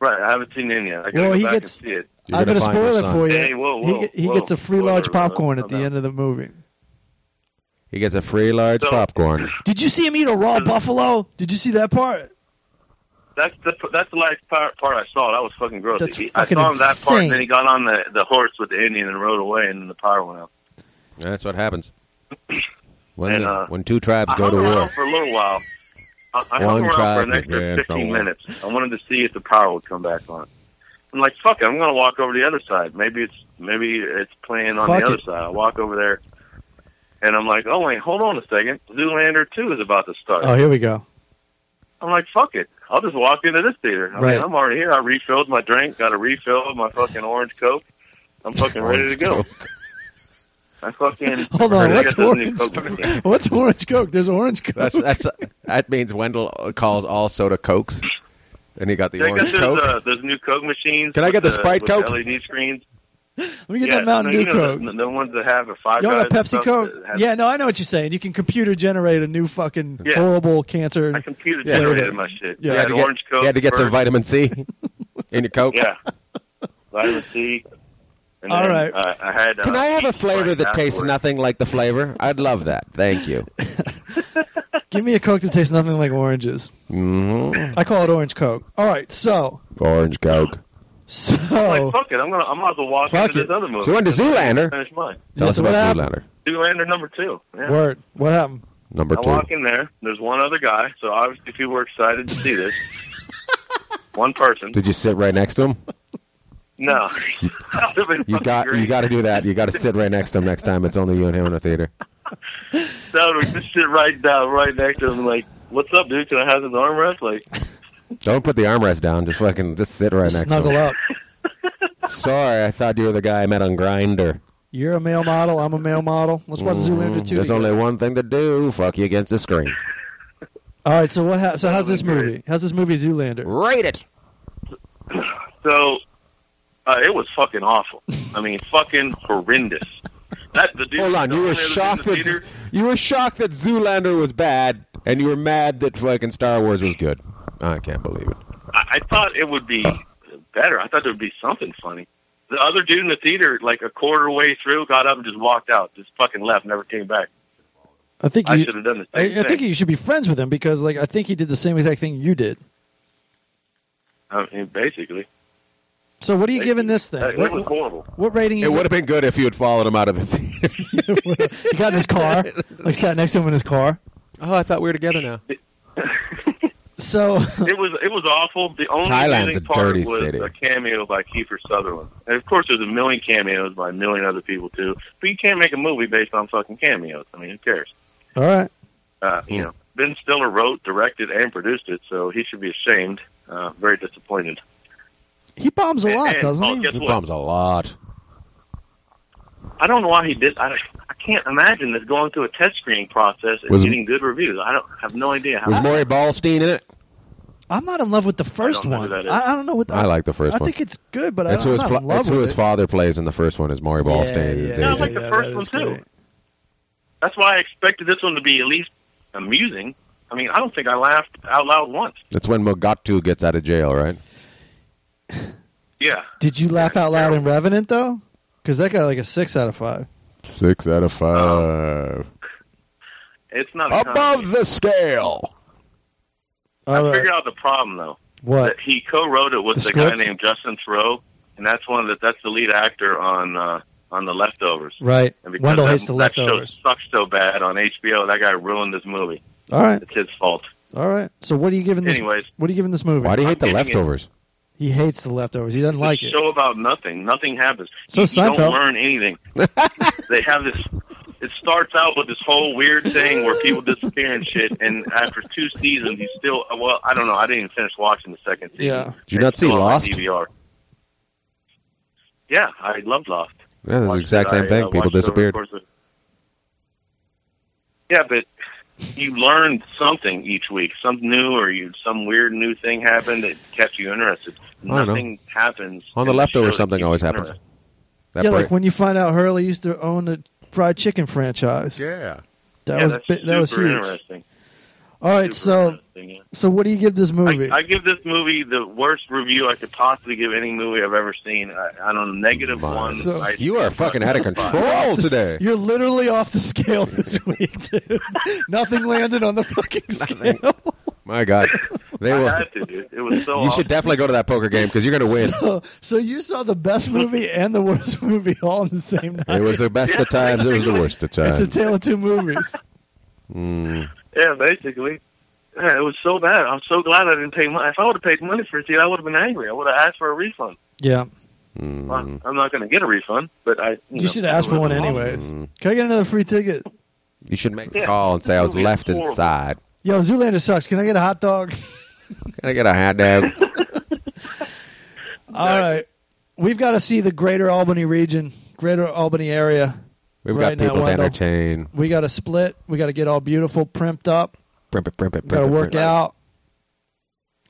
H: Right, I haven't seen it yet. I gotta
B: Well,
H: go
B: he
H: back
B: gets-
H: and see it.
C: You're
B: I'm
C: gonna
B: gonna
C: find
B: spoil
C: your
B: it
C: son.
B: for you.
H: Hey, whoa,
B: he
H: whoa,
B: ge- he
H: whoa.
B: gets a free
H: Spoiler
B: large
H: alert.
B: popcorn at the
H: Okay.
B: end of the movie.
C: He gets a free large
H: So-
C: popcorn.
B: Did you see him eat a raw buffalo? Did you see that part?
H: That's the that's the last part, part I saw. That was fucking gross.
B: That's
H: He-
B: fucking
H: I saw him that part,
B: insane.
H: and then he got on the the horse with the Indian and rode away, and then the power went out.
C: That's what happens when
H: And, uh,
C: when two tribes
H: I
C: go
H: hung
C: to
H: around
C: war.
H: for a little while. I, I
C: One
H: hung around for an
C: tribe
H: extra
C: began to
H: 15
C: war.
H: minutes. I wanted to see if the power would come back on. I'm like, fuck it, I'm gonna walk over to the other side. Maybe it's maybe it's playing on
B: Fuck
H: the other
B: it.
H: side. I walk over there, and I'm like, oh wait, hold on a second. Zoolander two is about to start.
B: Oh, here we go.
H: I'm like, fuck it. I'll just walk into this theater. I
B: Right.
H: mean, I'm already here. I refilled my drink, got a refill of my fucking orange coke. I'm fucking ready to go. I fucking
B: Hold on,
H: I
B: what's
H: guess that's a new
B: orange?
H: Coke machine.
B: What's orange coke? There's orange coke.
I: That's that's that means Wendell calls all soda cokes, and he got the
H: Yeah, I
I: orange
H: guess there's,
I: coke.
H: uh, those new Coke machines.
I: Can I
H: with
I: get the Sprite
H: with
I: Coke?
H: LED screens.
B: Let me get
H: yeah,
B: that Mountain
H: no,
B: Dew
H: you know,
B: coke.
H: The, the ones that have a five.
B: You want a
H: Guys and
B: Pepsi
H: stuff
B: Coke?
H: that have-
B: Yeah, no, I know what you're saying. You can computer generate a new fucking
H: Yeah.
B: horrible cancer.
H: I computer
I: Yeah.
H: generated my shit.
I: You
H: I
I: had
H: had
I: to get,
H: orange Coke.
I: you had to get some
H: Burger-
I: vitamin C in your coke.
H: Yeah. Vitamin C. And
B: All
H: then,
B: right.
H: Uh, I had. Uh,
I: Can I have a
H: peach
I: flavor
H: wine
I: that tastes
H: afterwards.
I: nothing like the flavor? I'd love that. Thank you.
B: Give me a coke that tastes nothing like oranges. Mm-hmm. I call it orange coke. All right, so
I: Orange coke.
H: I'm
B: so
H: Like, fuck it. I'm gonna. I'm about to walk
B: Fuck
H: into
B: it.
H: this other movie.
I: So we're into Zoolander.
H: Finish mine.
I: Tell us
B: So what
I: about
B: happened?
I: Zoolander.
H: Zoolander number two. Yeah.
B: word. What happened?
I: Number
H: I
I: two.
H: walk in there. There's one other guy. So obviously people were excited to see this. one person.
I: Did you sit right next to him?
H: No.
I: You got you got to do that. You got to sit right next to him next time. It's only you and him in the theater.
H: No, we just sit right down, right next to him. Like, what's up, dude? Can I have his armrest? Like,
I: Don't put the armrest down. Just fucking just sit right next to
B: Snuggle
I: him.
B: up.
I: Sorry, I thought you were the guy I met on Grinder.
B: You're a male model. I'm a male model. Let's watch Zoolander two.
I: There's
B: together.
I: only one thing to do: fuck you against the screen.
B: All right, so what? Ha- so how's this movie? How's this movie Zoolander?
I: Rate it.
H: so uh, it was fucking awful. I mean, fucking horrendous. That the dude.
I: Hold on,
H: the
I: you were
H: only other dude in
I: shocked
H: the
I: that
H: theater-
I: you were shocked that Zoolander was bad, and you were mad that fucking Star Wars was good. I can't believe it.
H: I, I thought it would be better. I thought there would be something funny. The other dude in the theater, like a quarter way through, got up and just walked out. Just fucking left, never came back.
B: I think
H: I
B: you,
H: should have done the
B: I,
H: same
B: I think
H: thing.
B: you should be friends with him because, like, I think he did the same exact thing you did.
H: I mean, basically,
B: So what are you giving this
H: Uh,
B: thing?
H: it
B: What,
H: was horrible.
B: what rating?
I: It
B: You,
I: would have been good if you had followed him out of the theater.
B: you got in his car, like sat next to him in his car.
I: oh, I thought we were together now.
B: So
H: It was it was awful. The only
I: Thailand's
H: amazing
I: a
H: part
I: dirty
H: was
I: city.
H: a cameo by Kiefer Sutherland, and of course there's a million cameos by a million other people too. But you can't make a movie based on fucking cameos. I mean, who cares?
B: all right,
H: Uh,
I: Hmm.
H: You know, Ben Stiller wrote, directed, and produced it, so he should be ashamed. Uh, very disappointed.
B: he bombs a lot,
H: And-
B: doesn't
H: oh,
B: he?
H: guess
I: He
H: what?
I: bombs a lot.
H: I don't know why he did. I, I can't imagine this going through a test screening process and
I: Was-
H: getting good reviews. I don't have no idea how.
I: Was Maury Ballstein in it?
B: I'm not in love with the first
H: know who
B: one.
H: that is.
B: I, I don't know what the,
I: I like the first
B: I
I: one.
B: think it's good, but I
I: That's
B: don't, I'm
I: who his,
B: not
I: fa-
B: in love
I: that's who
B: with
I: his
B: it.
I: father plays in the first one. Is Maury Ballstein
B: yeah,
I: is his
B: yeah,
H: I
I: agent?
H: like the
B: Yeah,
H: first
B: that
H: one
B: is
H: too.
B: great.
H: That's why I expected this one to be at least amusing. I mean, I don't think I laughed out loud once.
I: That's when Mogatu gets out of jail, right?
H: Yeah.
B: Did you laugh out loud in Revenant though? Because that got like a six out of five.
I: Six out of five.
H: It's not a comedy.
I: Above the scale.
B: All
H: I
B: right,
H: figured out the problem though.
B: what?
H: That he co-wrote it with
B: The
H: the, guy
B: script?
H: named Justin Thoreau, and that's one of the that's the lead actor on uh, on The Leftovers.
B: Right,
H: And because
B: Wendell
H: that,
B: hates the
H: that show
B: leftovers.
H: sucks so bad on HBO. That guy ruined this movie.
B: All right,
H: It's his fault.
B: all right. So what are you giving this?
H: Anyways.
B: what are you giving this movie?
I: Why do you
H: I'm
I: hate the
H: getting it.
I: leftovers?
B: He hates the leftovers. He doesn't like it.
H: show about nothing. Nothing happens.
B: So
H: you, you
B: Seinfeld.
H: don't learn anything. they have this. It starts out with this whole weird thing where people disappear and shit, and after two seasons, he's still. Well, I don't know. I didn't even finish watching the second season.
B: Yeah.
I: Did you
H: It's
I: not see
H: still on my
I: Lost?
H: DVR. Yeah, I loved Lost.
I: Yeah, it's the
H: Watched
I: exact
H: it.
I: same
H: I,
I: thing.
H: uh,
I: People
H: watched it over the
I: disappeared.
H: course of- Yeah, but you learned something each week, something new, or you some weird new thing happened that kept you interested.
I: don't know.
H: Nothing happens
I: On the
H: in
I: leftovers,
H: show that
I: something
H: keeps
I: always
H: you
I: happens.
H: interested.
I: That
B: yeah,
I: break-
B: like when you find out Hurley used to own the fried chicken franchise.
I: yeah.
B: That
H: Yeah,
B: was
H: that's
B: bi- that was
H: super
B: huge.
H: Interesting.
B: All right,
H: Super
B: so
H: interesting, yeah.
B: so what do you give this movie?
H: I, I give this movie the worst review I could possibly give any movie I've ever seen. I, I don't know, negative
I: My.
H: one.
B: So-
H: I-
I: You are fucking out of control
B: This-
I: today.
B: You're literally off the scale this week, dude. Nothing landed on the fucking scale.
I: My God, they
H: I
I: were.
H: had to, dude. It was so.
I: You should
H: awful.
I: definitely go to that poker game because you're going to win.
B: So, so you saw the best movie and the worst movie all in the same night.
I: It was the best of times. It was the worst of
B: it's a
I: times.
B: tale of two movies.
H: Yeah, basically. Yeah, it was so bad. I'm so glad I didn't pay money. If I would have paid money for it, dude, I would have been angry. I would have asked for a refund.
B: Yeah,
H: Well, I'm not going to get a refund, but I. You,
B: you
H: know,
B: should ask for one
H: I'm-
B: anyways.
H: Mm-hmm.
B: Can I get another free ticket?
I: You should make a
H: Yeah.
I: call and say I was
H: Movie is
I: left
H: horrible.
I: inside.
B: Yo, Zoolander sucks. Can I get a hot dog?
I: Can I get a hot dog?
B: All right. We've got to see the greater Albany region, greater Albany area.
I: We've
B: Right
I: got
B: now,
I: people to
B: Wendell.
I: entertain.
B: We got to split. We got to get all beautiful, primped up.
I: Primp it, primp it,
B: We got to
I: primp it,
B: work
I: primp it.
B: out.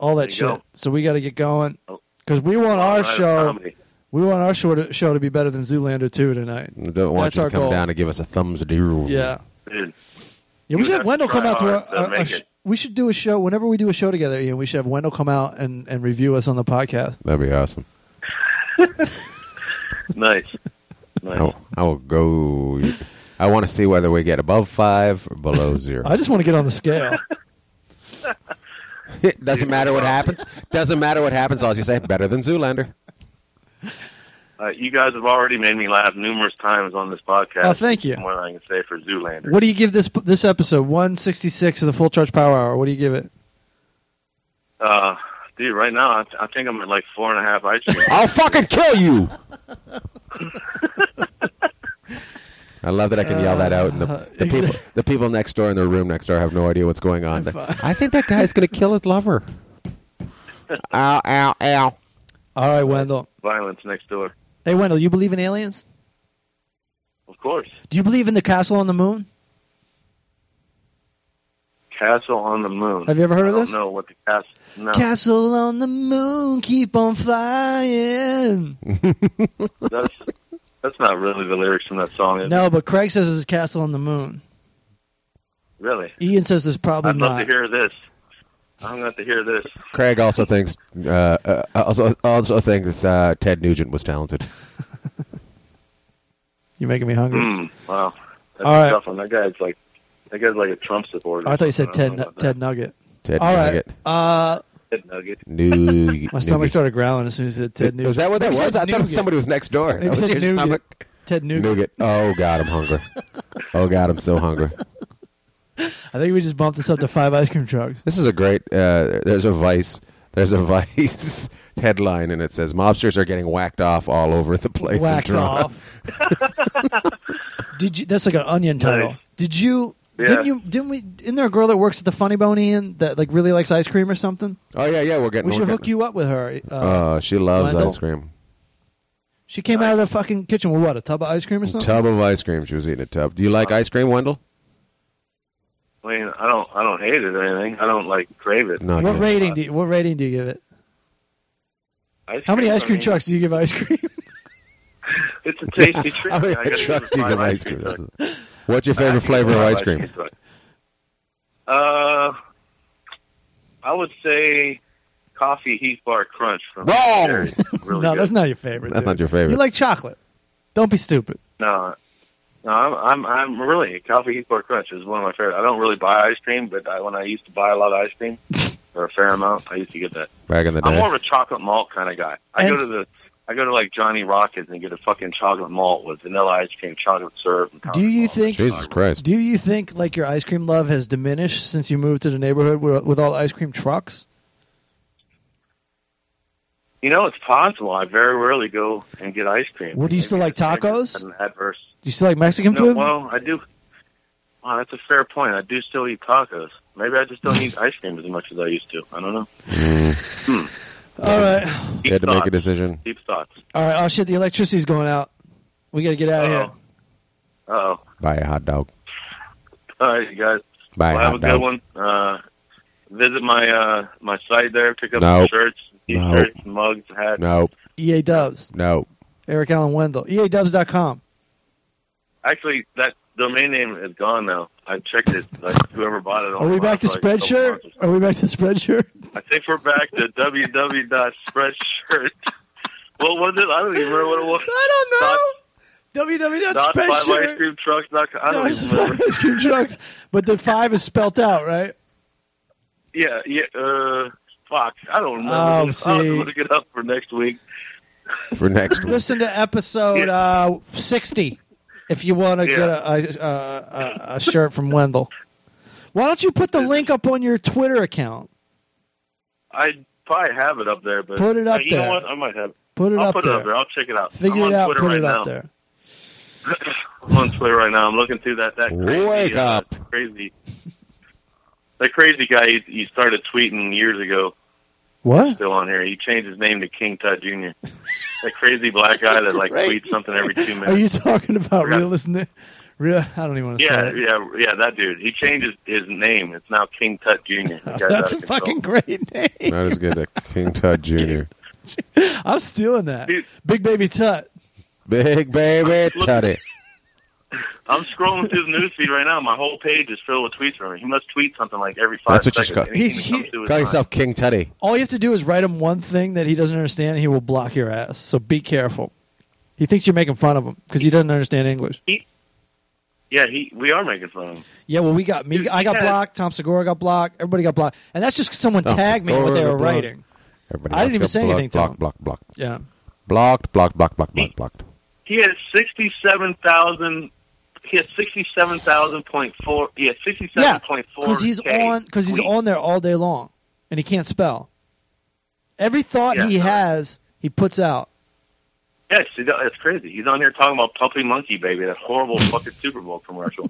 B: All that
H: There
B: shit.
H: you go. Oh.
B: So we got to get going because we want our
H: Right,
B: show.
H: comedy.
B: We want our show to, show to be better than Zoolander two tonight.
I: We Don't want
B: That's
I: you
B: our
I: to come
B: goal.
I: down and give us a thumbs down.
B: Yeah.
H: Dude,
B: Yeah, we
H: We
B: should have
H: have
B: Wendell
H: to
B: come
H: try
B: out to our.
H: hard to
B: our-
H: make
B: our sh-
H: it.
B: we should do a show whenever we do a show together. Ian, we should have Wendell come out and, and review us on the podcast.
I: That'd be awesome.
H: nice. nice.
I: I will, I will go. I want to see whether we get above five or below zero.
B: I just want to get on the scale.
I: It doesn't matter what happens. Doesn't matter what happens. All you say, better than Zoolander.
H: Uh, you guys have already made me laugh numerous times on this podcast.
B: Oh, thank you.
H: More than I can say for Zoolander.
B: what do you give this this episode? One sixty six of the Full Charge Power Hour. What do you give it?
H: Uh, dude, right now I, I think I'm at like four and a half ice cream.
I: I'll fucking kill you. I love that I can yell that out, and the, the people, the people next door in the room next door have no idea what's going on. I think that guy's going to kill his lover. ow! Ow! Ow!
B: All right, Wendell.
H: Violence next door.
B: Hey, Wendell, you believe in aliens?
H: Of course.
B: Do you believe in the castle on the moon?
H: Castle on the Moon.
B: Have you ever heard of
H: I
B: this?
H: don't know what the castle. No.
B: Castle on the moon, keep on flying.
H: that's that's not really the lyrics from that song. Is it?
B: No, but Craig says it's castle on the moon.
H: Really.
B: Ian says there's probably
H: I'd love
B: not.
H: to hear this. I'm going to have to hear this.
I: Craig also thinks uh, uh, also also thinks uh, Ted Nugent was talented.
B: You're making me hungry.
H: Mm, wow. That's
B: All
H: a
B: right.
H: tough one. That guy's like that guy's like a Trump supporter.
B: Oh, I thought you said
H: I don't
B: Ted
H: know about
B: Ted Nugget.
I: Ted
B: All right.
I: Nugget.
B: Uh,
H: that. Ted Nugget.
I: Nugget.
B: my stomach
I: Nugget.
B: started growling as soon as you said Ted Nugent.
I: Was that what that
B: Maybe it
I: was?
B: said
I: I thought it was
B: nougat.
I: somebody was next door.
B: Maybe it
I: That was
B: said
I: your
B: nougat.
I: stomach.
B: Ted Nugent.
I: Nougat. Oh god, I'm hungry. Oh god, I'm so hungry.
B: I think we just bumped this up to five ice cream trucks.
I: This is a great. Uh, there's a Vice. There's a Vice headline, and it says mobsters are getting whacked off all over the place
B: Whacked
I: in Toronto.
B: off. Did you? That's like an onion title.
H: Nice.
B: Did you?
H: Yeah.
B: Didn't you? Didn't we? Isn't there a girl that works at the Funny Bone Ian that like really likes ice cream or something?
I: Oh yeah, yeah, we're getting.
B: We
I: we're
B: should
I: getting-
B: hook you up with her. Uh,
I: Oh, she loves
B: Wendell.
I: ice cream.
B: she came out of the fucking kitchen with what a tub of ice cream or something. Uh,
I: Tub of ice cream. She was eating a tub. Do you like ice cream, Wendell?
H: I mean, I don't I don't hate it or anything. I don't like crave it.
I: No.
B: What
I: yeah.
B: rating do you, What rating do you give it?
H: Ice
B: How many
H: cream,
B: ice
H: I
B: cream
H: mean,
B: trucks do you give ice cream?
H: It's a tasty treat.
I: How many
H: I gotta
I: trucks
H: give
I: do
H: it
I: you give
H: five
I: ice cream?
H: trucks.
I: That's it. What's your favorite flavor of ice cream?
H: truck. Uh, I would say coffee Heath Bar Crunch from
I: Wrong!
H: Jerry's. Really
B: no,
H: good.
B: that's not your favorite.
I: That's
B: dude.
I: not your favorite.
B: You like chocolate. Don't be stupid.
H: No, no, I'm I'm, I'm really coffee Heath Bar Crunch is one of my favorite. I don't really buy ice cream, but I, when I used to buy a lot of ice cream or a fair amount, I used to get that.
I: Back in the
H: I'm more
I: day,
H: of a chocolate malt kind of guy. I
B: And-
H: go to the I go to like Johnny Rockets and get a fucking chocolate malt with vanilla ice cream, chocolate syrup. And
B: Do
H: chocolate
B: you
H: malt.
B: think?
I: Jesus Christ.
B: Do you think like your ice cream love has diminished since you moved to the neighborhood with, with all the ice cream trucks?
H: You know, it's possible. I very rarely go and get ice cream.
B: Well, do you still
H: Maybe
B: like
H: that's- maybe that's
B: tacos? Mm-hmm.
H: An adverse.
B: Do you still like Mexican
H: No,
B: food?
H: well, I do. Wow, that's a fair point. I do still eat tacos. Maybe I just don't eat ice cream as much as I used to. I don't know.
B: all right,
H: Deep
I: you had to make
H: thoughts.
I: a decision.
H: Deep thoughts.
B: all right. Oh shit, the electricity's going out. We gotta get out of here.
H: Uh-oh. Uh-oh.
I: Buy a hot dog.
H: All right, you guys.
I: Buy a
H: Well, have a
I: hot
H: good
I: dog.
H: one. Uh, visit my uh, my site there. Pick up
I: Nope.
H: some shirts,
I: Nope.
H: t-shirts, mugs, hats.
I: No,
B: EA E Dubs,
I: no.
B: Eric Allen Wendell, E EADubs.com.
H: Actually, that domain name is gone now. I checked it. Like whoever bought it.
B: Are we
H: online,
B: back to
H: it's like a couple
B: Spreadshirt?
H: months or
B: Are we back to Spreadshirt?
H: I think we're back to www.spreadshirt. Well, what was it? I don't even remember what it was.
B: I don't know.
H: Dot five ice
B: www.spreadshirt.
H: cream trucks. Dot, com. I
B: No,
H: don't
B: it's
H: even remember.
B: five ice cream trucks, but the five is spelt out, right?
H: Yeah, yeah. Uh, fuck, I don't remember.
B: Oh,
H: this. I'll have
B: see.
H: to look it up for next week.
I: For next week.
B: Listen to episode
H: Yeah.
B: uh, sixty if you want to
H: Yeah.
B: get a, a, a, a- a shirt from Wendell. Why don't you put the link up on your Twitter account?
H: I probably have it up there, but
B: Put it up
H: you
B: there.
H: know what? I might have. It.
B: Put it
H: I'll
B: up
H: put
B: there.
H: it up there. I'll check it out.
B: Figure
H: I'm
B: it
H: on
B: out.
H: Twitter
B: put
H: right
B: it
H: now.
B: up there.
H: I'm on Twitter right now. I'm looking through that that crazy,
I: Wake
H: uh,
I: up.
H: crazy. That crazy guy he, he started tweeting years ago.
B: What?
H: Still on here. He changed his name to King Tut Jr. that crazy black guy that like
B: Great.
H: tweets something every two minutes.
B: Are you talking about
H: Forgot-
B: realist? Ni- Real, I don't even want to say
H: yeah,
B: it.
H: yeah, yeah. That dude. He changed his, his name. It's now King Tut Jr. The guy's out
B: That's
H: of
B: a
H: control.
B: fucking great name.
I: Not as good as King Tut Jr.
B: I'm stealing that.
H: Dude.
B: Big baby tut.
I: Big baby tutty.
H: I'm scrolling through the newsfeed right now. My whole page is filled with tweets from him. He must tweet something like every five
I: That's what you
H: seconds.
I: call-
H: Anything
B: He's-
H: that
B: he-
H: comes to his
I: Call
H: mind.
I: yourself King Tutty.
B: All you have to do is write him one thing that he doesn't understand, and he will block your ass. So be careful. He thinks you're making fun of him because he doesn't understand English.
H: Yeah, he. We are making fun of him.
B: Yeah, well, we got me.
H: Dude,
B: I got
H: yeah.
B: blocked. Tom Segura got blocked. Everybody got blocked, and that's just 'cause someone
I: Tom
B: tagged me in what they
I: Oh, Segura
B: were
I: got blocked.
B: writing.
I: Everybody
B: I
I: else
B: didn't even
I: got
B: say
I: blocked,
B: anything to
I: blocked,
B: him.
I: blocked, blocked,
B: Yeah,
I: blocked, blocked, blocked, blocked, blocked, blocked.
H: He has sixty-seven thousand. He has sixty-seven thousand point four. He has
B: yeah,
H: sixty-seven point four.
B: because he's on because he's on there all day long, and he can't spell. Every thought
H: Yeah,
B: he
H: no.
B: has, he puts out.
H: Yes, he does. that's crazy. He's on here talking about Puppy Monkey Baby, that horrible fucking Super Bowl commercial.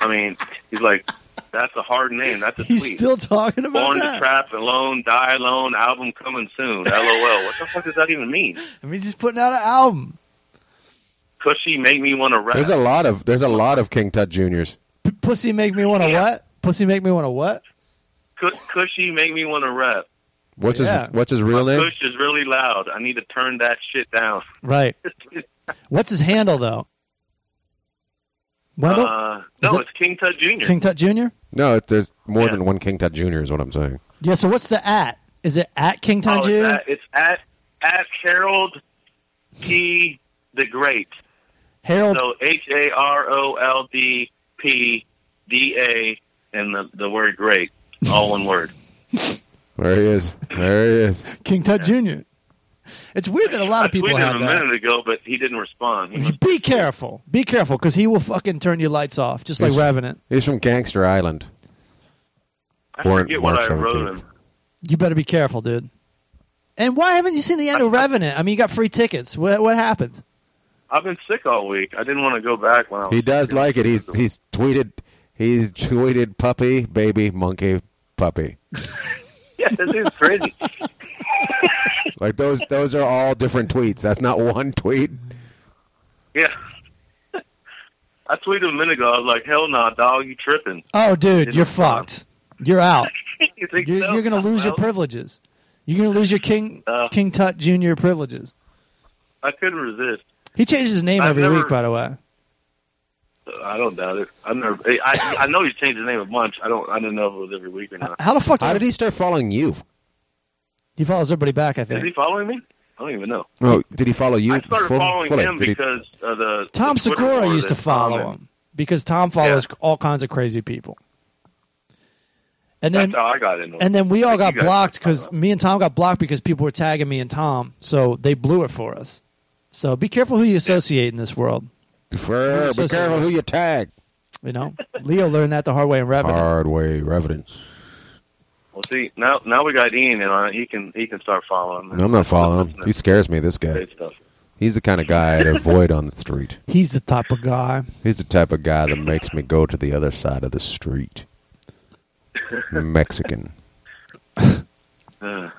H: I mean, he's like, that's a hard name. That's a
B: He's
H: tweet.
B: still talking about
H: Born to
B: that.
H: trap alone, die alone, album coming soon. LOL. What the fuck does that even mean?
B: I mean, he's just putting out an album.
H: Cushy make me want to rap.
I: There's a lot of there's a lot of King Tut Juniors.
B: P- Pussy make me want to what? Pussy make me want to what?
H: Cu- Cushy make me want to rap.
I: What's
B: Yeah.
I: his What's his real name?
H: Cush is really loud. I need to turn that shit down.
B: Right. What's his handle though? Wendell
H: Uh,
B: Is
H: no,
B: that-
H: it's King Tut Jr.
B: King Tut Jr.
I: No, it- there's more
H: Yeah.
I: than one King Tut Junior. Is what I'm saying.
B: Yeah. So what's the at? Is it at King
H: oh,
B: Tut
H: it's,
B: Jr.?
H: at, it's at at Harold P. the Great.
B: Harold
H: So H A R O L D P D A and the the word great, all one word.
I: There he is. There he is.
B: King Tut Jr. It's weird that a lot of people
H: I tweeted
B: have
H: him a
B: that.
H: minute ago, but he didn't respond. He must-
B: Be careful. Be careful because he will fucking turn your lights off, just like
I: He's-
B: Revenant.
I: He's from Gangster Island.
H: I
I: Born
H: forget
I: March
H: what I wrote
I: 17th.
H: him.
B: You better be careful, dude. And why haven't you seen the end of Revenant? I mean, you got free tickets. What, what happened?
H: I've been sick all week. I didn't want to go back when I was
I: He does like it. He's he's tweeted. He's tweeted puppy baby monkey puppy.
H: yeah, this is crazy.
I: Like those those are all different tweets. That's not one tweet.
H: yeah. I tweeted him a minute ago. I was like, "Hell no, dog, you tripping?
B: Oh, dude, you're fucked. You're out.
H: you think
B: You're,
H: so?
B: you're going to lose your
H: Well,
B: privileges. You're going to lose your King
H: Uh.
B: King Tut Jr. privileges.
H: I couldn't resist.
B: He changes his name
H: I've
B: every
H: never-
B: week, by the way.
H: I don't doubt it. I never. I I know he's changed his name a bunch. I don't. I didn't know if it was every week or not.
B: How the fuck
I: How did he start following you?
B: He follows everybody back, I
H: Is he
B: think.
H: following me? I don't even know.
I: No, did he follow you?
H: I started
I: before-
H: following
I: Wait,
H: him
I: did he-
H: because of the
B: Tom
H: the Twitter
B: Segura
H: war
B: used to
H: that
B: follow
H: Tom and-
B: him because Tom follows all kinds of crazy people. And then
H: That's how I got into it.
B: And then we all got
H: You guys-
B: blocked because me and Tom got blocked because people were tagging me and Tom, so they blew it for us. So be careful who you associate in this world.
I: Fur,
B: I'm so
I: be careful
B: sorry.
I: who you tag.
B: You know, Leo learned that the hard way in Revenant.
I: Hard way evidence.
H: well, see now now we got Ian and I, he can he can start following.
I: I'm not following him. He scares me. This guy.
H: Great stuff.
I: He's the kind of guy I'd avoid on the street.
B: He's the type of guy.
I: He's the type of guy that makes me go to the other side of the street. Mexican.
H: Uh,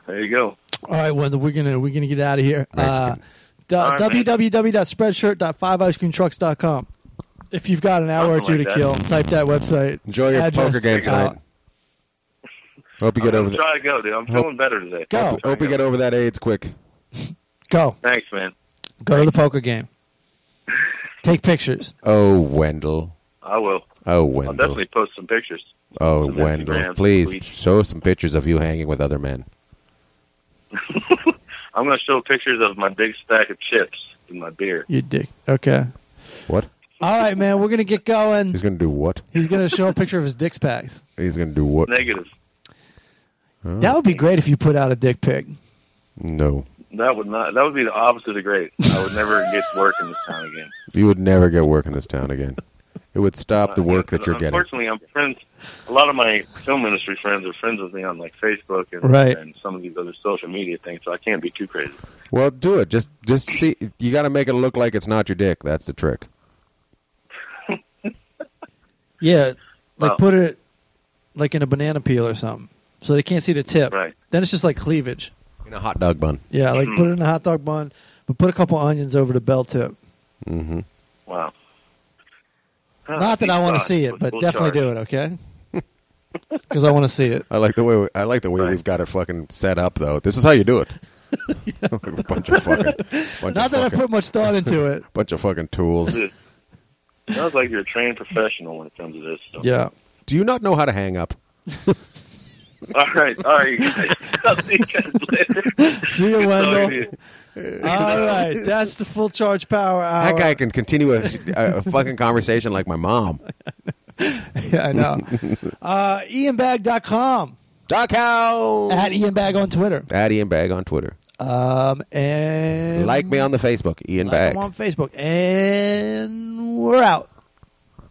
H: there you go.
B: All right, Wendell, we're gonna we're gonna get out of here. Uh,
I: Mexican.
B: d-
H: All right, man.
B: www.spreadshirt.5icecreamtrucks.com. If you've got an hour or two
H: Something
B: to
H: like
B: kill,
H: that.
B: type that website.
I: Enjoy your
B: address
I: poker game
B: out.
I: tonight. Hope you
H: I'm
I: get over.
H: gonna
I: The,
H: try to go, dude. I'm feeling better today.
B: Go.
H: I'm trying
I: hope
H: to
I: you get over that AIDS quick.
B: Go,
H: Thanks, man.
B: go to the poker game. Take pictures.
I: Oh Wendell.
H: I will.
I: Oh
H: I'll
I: Wendell.
H: definitely post some pictures.
I: Oh
H: some
I: Wendell.
H: Instagrams,
I: Please
H: tweets.
I: show some pictures of you hanging with other men.
H: I'm gonna show pictures of my big stack of chips in my beer.
B: You dick. Okay.
I: What?
B: All right, man. We're gonna get going.
I: He's gonna do what?
B: He's gonna show a picture of his dick packs.
I: He's gonna do what?
H: Negative.
I: Oh.
B: That would be great if you put out a dick pic.
I: No.
H: That would not. That would be the opposite of great. I would never get work in this town again.
I: You would never get work in this town again. It would stop the work that you're getting.
H: Uh, Unfortunately, I'm friends. A lot of my film industry friends are friends with me on like Facebook and,
B: Right.
H: and some of these other social media things, so I can't be too crazy.
I: Well, do it. Just just see. You got to make it look like it's not your dick. That's the trick.
B: Yeah, like
H: Wow.
B: put it like in a banana peel or something, so they can't see the tip.
H: Right. Mm-hmm.
B: Then it's just like cleavage.
I: In a hot dog bun.
B: Yeah, like put it in a hot dog bun, but put a couple onions over the bell tip.
H: Wow. Huh,
B: Not that I want to
H: sauce
B: see it,
H: with
B: but
H: full
B: definitely
H: charge.
B: do it, okay? Because I want to see it.
I: I like the way we, I like the way
H: Right.
I: we've got it fucking set up though. This is how you do it. a bunch of fucking, bunch
B: Not
I: of
B: that I
I: fucking,
B: put much thought into it.
I: bunch of fucking tools.
H: Sounds like you're a trained professional when it comes to this. stuff.
B: Yeah.
I: Do you not know how to hang up?
H: All right. All right. you guys. I'll see you guys later.
B: See you,
H: Talking to
B: Wendell.
H: you.
B: All right, that's the full charge power hour.
I: That guy can continue a, a fucking conversation like my mom.
B: yeah, I know. Uh, IanBag.com
I: Doc Howe.
B: at IanBag on Twitter.
I: At Ian Bag on Twitter.
B: Um, and
I: Like me on the Facebook, Ian
B: like
I: Bag.
B: them on Facebook. And we're out.